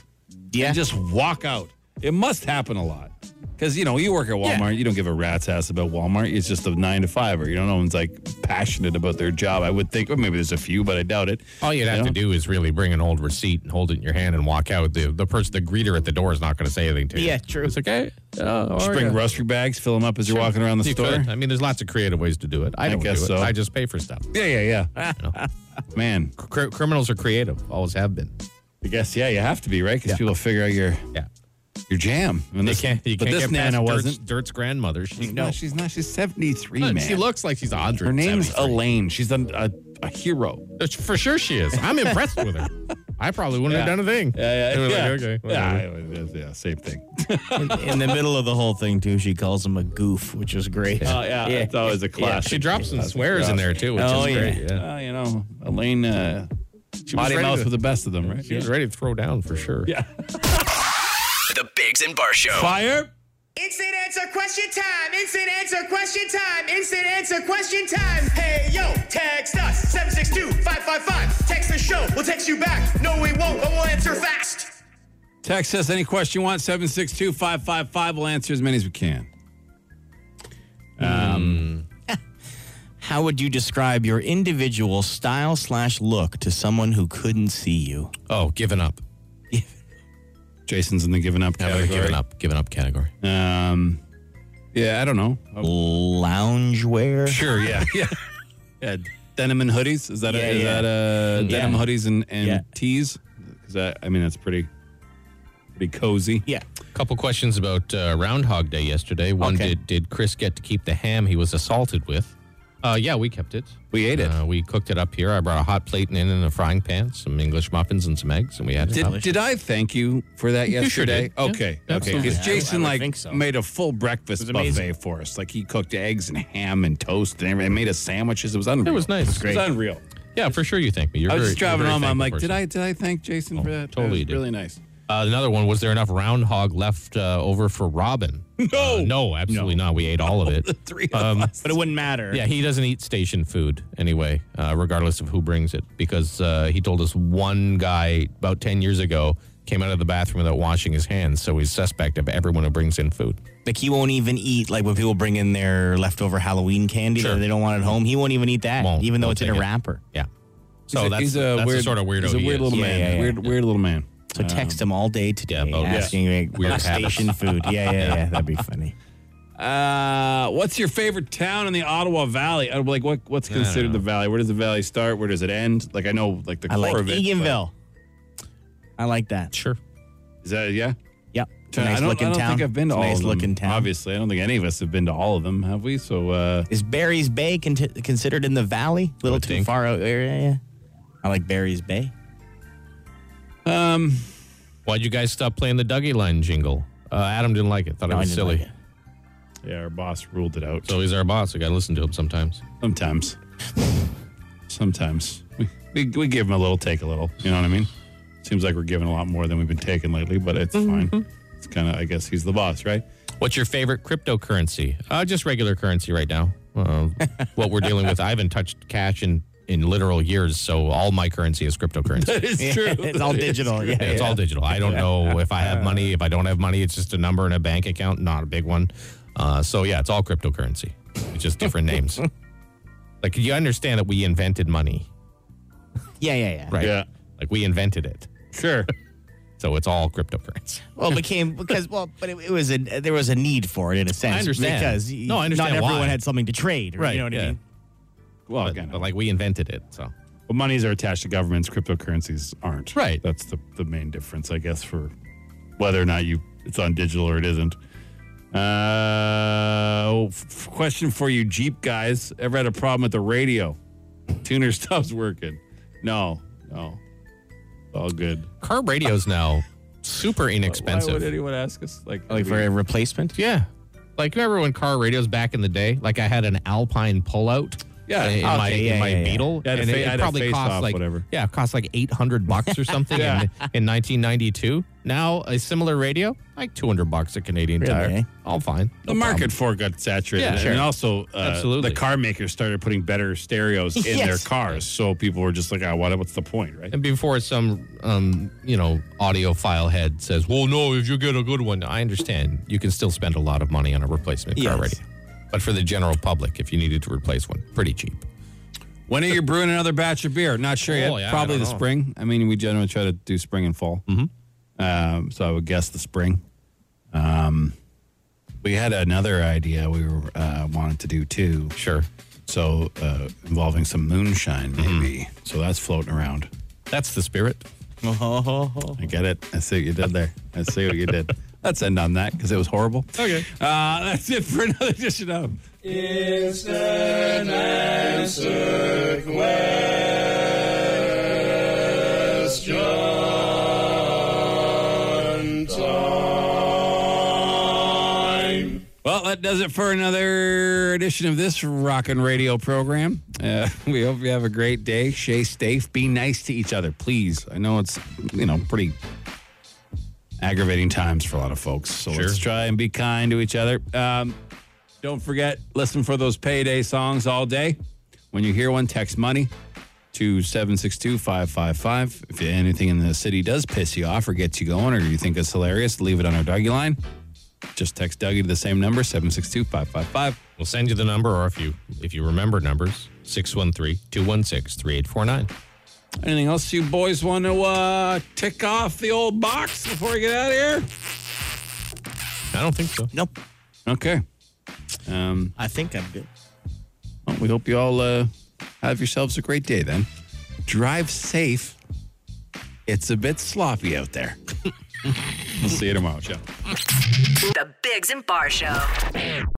[SPEAKER 2] Yeah, and just walk out. It must happen a lot. Because, you know, you work at Walmart, you don't give a rat's ass about Walmart. It's just a nine to fiver. You know, no one's like passionate about their job. I would think, well, maybe there's a few, but I doubt it.
[SPEAKER 3] All you'd have to do is really bring an old receipt and hold it in your hand and walk out. The the person, the greeter at the door, is not going to say anything to you.
[SPEAKER 4] Yeah, true.
[SPEAKER 3] It's okay. Oh,
[SPEAKER 2] Just bring grocery bags, fill them up as you're walking around the store.
[SPEAKER 3] I mean, there's lots of creative ways to do it. I,
[SPEAKER 2] I
[SPEAKER 3] don't
[SPEAKER 2] guess
[SPEAKER 3] do
[SPEAKER 2] so.
[SPEAKER 3] it. I just pay for stuff.
[SPEAKER 2] Yeah, yeah, yeah. Man,
[SPEAKER 3] Cr- criminals are creative. Always have been.
[SPEAKER 2] I guess yeah, you have to be right because people figure out your
[SPEAKER 3] yeah
[SPEAKER 2] your jam. And
[SPEAKER 3] They
[SPEAKER 2] this,
[SPEAKER 3] can't, you
[SPEAKER 2] but
[SPEAKER 3] can't
[SPEAKER 2] this
[SPEAKER 3] get past
[SPEAKER 2] Nana
[SPEAKER 3] Dirt's-
[SPEAKER 2] wasn't.
[SPEAKER 3] Dirt's grandmother. She's
[SPEAKER 2] No, she's not. She's 73,
[SPEAKER 3] Look,
[SPEAKER 2] man.
[SPEAKER 3] She looks like she's 100.
[SPEAKER 2] Her name's Elaine. She's a, a, a hero.
[SPEAKER 3] Uh, For sure she is. I'm impressed with her. I probably wouldn't have
[SPEAKER 2] Yeah.
[SPEAKER 3] done a thing.
[SPEAKER 2] Yeah, Uh,
[SPEAKER 3] They
[SPEAKER 2] yeah,
[SPEAKER 3] were
[SPEAKER 2] yeah.
[SPEAKER 3] Like, okay,
[SPEAKER 2] yeah,
[SPEAKER 3] whatever.
[SPEAKER 2] it was- yeah, same thing.
[SPEAKER 4] in the middle of the whole thing too. She calls him a goof, which is great.
[SPEAKER 2] Oh yeah, it's always a classic.
[SPEAKER 3] She drops some swears in there too, which
[SPEAKER 4] Oh,
[SPEAKER 3] is
[SPEAKER 4] yeah.
[SPEAKER 3] great. Yeah.
[SPEAKER 2] Well, you know, Elaine, uh,
[SPEAKER 3] She was
[SPEAKER 2] Mighty
[SPEAKER 3] ready
[SPEAKER 2] Mouse
[SPEAKER 3] to-
[SPEAKER 2] with the best of them, right?
[SPEAKER 3] She was ready to throw down for sure.
[SPEAKER 2] Yeah.
[SPEAKER 1] The Bigs and Bar Show.
[SPEAKER 2] Fire.
[SPEAKER 8] Instant answer question time. Instant answer question time. Instant answer question time. Hey yo, text us 762-555. Text the show. We'll text you back. No, we won't, but we'll answer fast.
[SPEAKER 2] Text us any question you want, 762 555. We'll answer as many as we can.
[SPEAKER 4] Um, how would you describe your individual style slash look to someone who couldn't see you?
[SPEAKER 3] Oh, given up.
[SPEAKER 2] Jason's in the given up
[SPEAKER 3] Another
[SPEAKER 2] category.
[SPEAKER 3] given up, given up category.
[SPEAKER 2] Um, yeah, I don't know.
[SPEAKER 4] Loungewear.
[SPEAKER 2] Sure, yeah, yeah, yeah. Denim and hoodies. Is that
[SPEAKER 4] Yeah,
[SPEAKER 2] a, is
[SPEAKER 4] yeah.
[SPEAKER 2] that uh
[SPEAKER 4] Yeah.
[SPEAKER 2] denim hoodies and and
[SPEAKER 4] Yeah.
[SPEAKER 2] tees? Because that I mean that's pretty pretty cozy.
[SPEAKER 4] Yeah.
[SPEAKER 3] Couple questions about uh, Roundhog Day yesterday. One
[SPEAKER 2] Okay.
[SPEAKER 3] did did Chris get to keep the ham he was assaulted with? Uh, yeah, we kept it.
[SPEAKER 2] We ate it.
[SPEAKER 3] Uh, we cooked it up here. I brought a hot plate and in and a frying pan, some English muffins and some eggs, and we had it. up.
[SPEAKER 2] Did, did I thank you for that
[SPEAKER 3] You sure
[SPEAKER 2] yesterday?
[SPEAKER 3] did. Yeah,
[SPEAKER 2] okay, okay.
[SPEAKER 3] absolutely.
[SPEAKER 2] Because
[SPEAKER 3] Yeah, I- I
[SPEAKER 2] Jason
[SPEAKER 3] would
[SPEAKER 2] like
[SPEAKER 3] think so.
[SPEAKER 2] made a full breakfast
[SPEAKER 3] It
[SPEAKER 2] buffet
[SPEAKER 3] was amazing.
[SPEAKER 2] for us. Like he cooked eggs and ham and toast and everything. Made us sandwiches. It was unreal.
[SPEAKER 3] It was nice.
[SPEAKER 2] It was, unreal.
[SPEAKER 3] Yeah, for sure you thank me. You're
[SPEAKER 2] I was
[SPEAKER 3] very-
[SPEAKER 2] just
[SPEAKER 3] you're
[SPEAKER 2] driving
[SPEAKER 3] very
[SPEAKER 2] home. I'm
[SPEAKER 3] thankful
[SPEAKER 2] like,
[SPEAKER 3] person.
[SPEAKER 2] did I did I thank Jason for that?
[SPEAKER 3] totally
[SPEAKER 2] It was
[SPEAKER 3] you did.
[SPEAKER 2] really nice.
[SPEAKER 3] Uh, another one was there enough round hog left uh, over for Robin? No, no, absolutely not. We ate all of it.
[SPEAKER 4] three um, But it wouldn't matter.
[SPEAKER 3] Yeah, he doesn't eat station food anyway, uh, regardless of who brings it, because uh, he told us one guy about 10 years ago came out of the bathroom without washing his hands, so he's suspect of everyone who brings in food.
[SPEAKER 4] Like he won't even eat like when people bring in their leftover Halloween candy
[SPEAKER 3] Sure.
[SPEAKER 4] that they don't want at home. He won't even eat that,
[SPEAKER 3] Won't-
[SPEAKER 4] even though
[SPEAKER 3] won't
[SPEAKER 4] it's in
[SPEAKER 3] take it.
[SPEAKER 4] a wrapper.
[SPEAKER 3] Yeah. So that's, that's the sort of weirdo
[SPEAKER 2] He's a
[SPEAKER 3] he
[SPEAKER 2] weird
[SPEAKER 3] is.
[SPEAKER 2] little man. Weird, weird little man.
[SPEAKER 4] So text him all day today
[SPEAKER 2] about- yeah.
[SPEAKER 4] asking like,
[SPEAKER 2] Weird
[SPEAKER 4] about
[SPEAKER 2] habits.
[SPEAKER 4] station food. Yeah, yeah, yeah. That'd be funny.
[SPEAKER 2] Uh, what's your favorite town in the Ottawa Valley? I'm like, what what's
[SPEAKER 4] I don't
[SPEAKER 2] considered the valley? Where does the valley start? Where does it end? Like, I know like the
[SPEAKER 4] I
[SPEAKER 2] core
[SPEAKER 4] like
[SPEAKER 2] of it. but-
[SPEAKER 4] Eganville. I like that.
[SPEAKER 3] Sure.
[SPEAKER 2] Is that yeah?
[SPEAKER 4] Yep. It's a
[SPEAKER 2] I
[SPEAKER 4] nice
[SPEAKER 2] don't,
[SPEAKER 4] looking
[SPEAKER 2] I don't
[SPEAKER 4] town.
[SPEAKER 2] think I've been to
[SPEAKER 4] It's a
[SPEAKER 2] all
[SPEAKER 4] nice
[SPEAKER 2] of them.
[SPEAKER 4] looking town.
[SPEAKER 2] Obviously, I don't think any of us have been to all of them, have we? So uh,
[SPEAKER 4] Is Barry's Bay con- considered in the valley? A little too far out area. Yeah. I like Barry's Bay.
[SPEAKER 2] Um,
[SPEAKER 3] Why'd you guys stop playing the Dougie Line jingle? Uh, Adam didn't like it. Thought
[SPEAKER 4] No,
[SPEAKER 3] it
[SPEAKER 4] I
[SPEAKER 3] was
[SPEAKER 4] didn't
[SPEAKER 3] silly.
[SPEAKER 4] like
[SPEAKER 2] yeah, our boss ruled it out.
[SPEAKER 3] So he's our boss. We got to listen to him sometimes.
[SPEAKER 2] Sometimes. Sometimes. We, we, we give him a little, take a little. You know what I mean? Seems like we're giving a lot more than we've been taking lately, but it's
[SPEAKER 4] Mm-hmm.
[SPEAKER 2] fine. It's kind of, I guess he's the boss, right?
[SPEAKER 3] What's your favorite cryptocurrency? Uh, just regular currency right now. Uh, what we're dealing with. I haven't touched cash in, in literal years, so all my currency is cryptocurrency.
[SPEAKER 2] That is
[SPEAKER 4] Yeah,
[SPEAKER 2] true.
[SPEAKER 4] it's all
[SPEAKER 2] That is
[SPEAKER 4] digital,
[SPEAKER 2] true.
[SPEAKER 4] yeah.
[SPEAKER 3] Yeah, it's all digital. I don't know if I have money, if I don't have money. It's just a number in a bank account, not a big one. Uh, so yeah, it's all cryptocurrency. It's just different names. Like you understand that we invented money,
[SPEAKER 4] Yeah, yeah, yeah.
[SPEAKER 3] right?
[SPEAKER 2] Yeah.
[SPEAKER 3] Like we invented it.
[SPEAKER 2] Sure.
[SPEAKER 3] So it's all cryptocurrency.
[SPEAKER 4] Well, it became because well, but it, it was a there was a need for it in a sense.
[SPEAKER 3] I understand.
[SPEAKER 4] because y-
[SPEAKER 3] No, I understand
[SPEAKER 4] not everyone
[SPEAKER 3] why.
[SPEAKER 4] had something to trade. Right?
[SPEAKER 3] Right,
[SPEAKER 4] You know what
[SPEAKER 3] yeah.
[SPEAKER 4] I mean?
[SPEAKER 2] Well,
[SPEAKER 3] But,
[SPEAKER 2] again,
[SPEAKER 3] but like we invented it. So
[SPEAKER 2] but monies are attached to governments, cryptocurrencies aren't.
[SPEAKER 3] Right.
[SPEAKER 2] That's the, the main difference, I guess, for whether or not you it's on digital or it isn't. Uh, f- question for you, Jeep guys. Ever had a problem with the radio? Tuner stops working. No, no. All good.
[SPEAKER 3] car radios now super
[SPEAKER 2] Why would
[SPEAKER 3] inexpensive.
[SPEAKER 2] anyone ask us? Like,
[SPEAKER 4] Like for a replacement.
[SPEAKER 3] Yeah. Like remember when car radios back in the day? Like I had an Alpine pullout.
[SPEAKER 2] Yeah.
[SPEAKER 3] in
[SPEAKER 4] Okay,
[SPEAKER 3] my
[SPEAKER 4] yeah,
[SPEAKER 3] in my
[SPEAKER 4] yeah, yeah.
[SPEAKER 3] Beetle,
[SPEAKER 2] Yeah, the
[SPEAKER 3] and
[SPEAKER 2] fa-
[SPEAKER 3] it,
[SPEAKER 2] I
[SPEAKER 3] it
[SPEAKER 2] had a
[SPEAKER 3] probably
[SPEAKER 2] face
[SPEAKER 3] cost
[SPEAKER 2] off,
[SPEAKER 3] like
[SPEAKER 2] whatever.
[SPEAKER 3] yeah, it cost like eight hundred bucks or something
[SPEAKER 2] Yeah.
[SPEAKER 3] in, in nineteen ninety two. Now a similar radio like two hundred bucks at Canadian
[SPEAKER 4] Really,
[SPEAKER 3] Tire,
[SPEAKER 4] eh?
[SPEAKER 3] all fine.
[SPEAKER 2] the market for it got saturated,
[SPEAKER 3] Yeah, sure.
[SPEAKER 2] and also uh,
[SPEAKER 3] Absolutely.
[SPEAKER 2] the car makers started putting better stereos in
[SPEAKER 4] Yes.
[SPEAKER 2] their cars, so people were just like, "Ah, what? What's the point, right?"
[SPEAKER 3] And before some um you know audio file head says, "Well, no, if you get a good one, I understand you can still spend a lot of money on a replacement car
[SPEAKER 4] Yes.
[SPEAKER 3] radio." But for the general public, if you needed to replace one, pretty cheap.
[SPEAKER 2] When are you brewing another batch of beer? Not sure
[SPEAKER 3] Oh,
[SPEAKER 2] yet.
[SPEAKER 3] yeah, I
[SPEAKER 2] Probably
[SPEAKER 3] don't
[SPEAKER 2] the
[SPEAKER 3] know.
[SPEAKER 2] spring. I mean, we generally try to do spring and fall.
[SPEAKER 3] Mm-hmm.
[SPEAKER 2] Um, so I would guess the spring. Um, we had another idea we were, uh, wanted to do too.
[SPEAKER 3] Sure. Mm-hmm.
[SPEAKER 2] So uh, involving some moonshine, maybe. So that's floating around.
[SPEAKER 3] That's the spirit.
[SPEAKER 2] I get it. I see what you did there. I see what you did. Let's end on that because it was horrible. Okay. Uh, that's it for another edition of. Well, that does it for another edition of this Rockin' Radio program. Uh, we hope you have a great day. Stay safe. Be nice to each other, please. I know it's, you know, pretty aggravating times for a lot of folks. So let's try and be kind to each other. Um, don't forget, listen for those payday songs all day. When you hear one, text money to 762 555. If anything in the city does piss you off or gets you going or you think it's hilarious, leave it on our Dougie line. Just text Dougie to the same number, 762 555.
[SPEAKER 3] We'll send you the number, or if you if you remember numbers, 613-216-3849.
[SPEAKER 2] Anything else you boys want to uh, tick off the old box before we get out of here?
[SPEAKER 3] I don't think so.
[SPEAKER 4] Nope.
[SPEAKER 2] Okay. Um,
[SPEAKER 4] I think I'm good.
[SPEAKER 2] well, we hope you all uh, have yourselves a great day then. Drive safe. It's a bit sloppy out there. we'll see you tomorrow. Ciao.
[SPEAKER 6] The Bigs and Bar Show.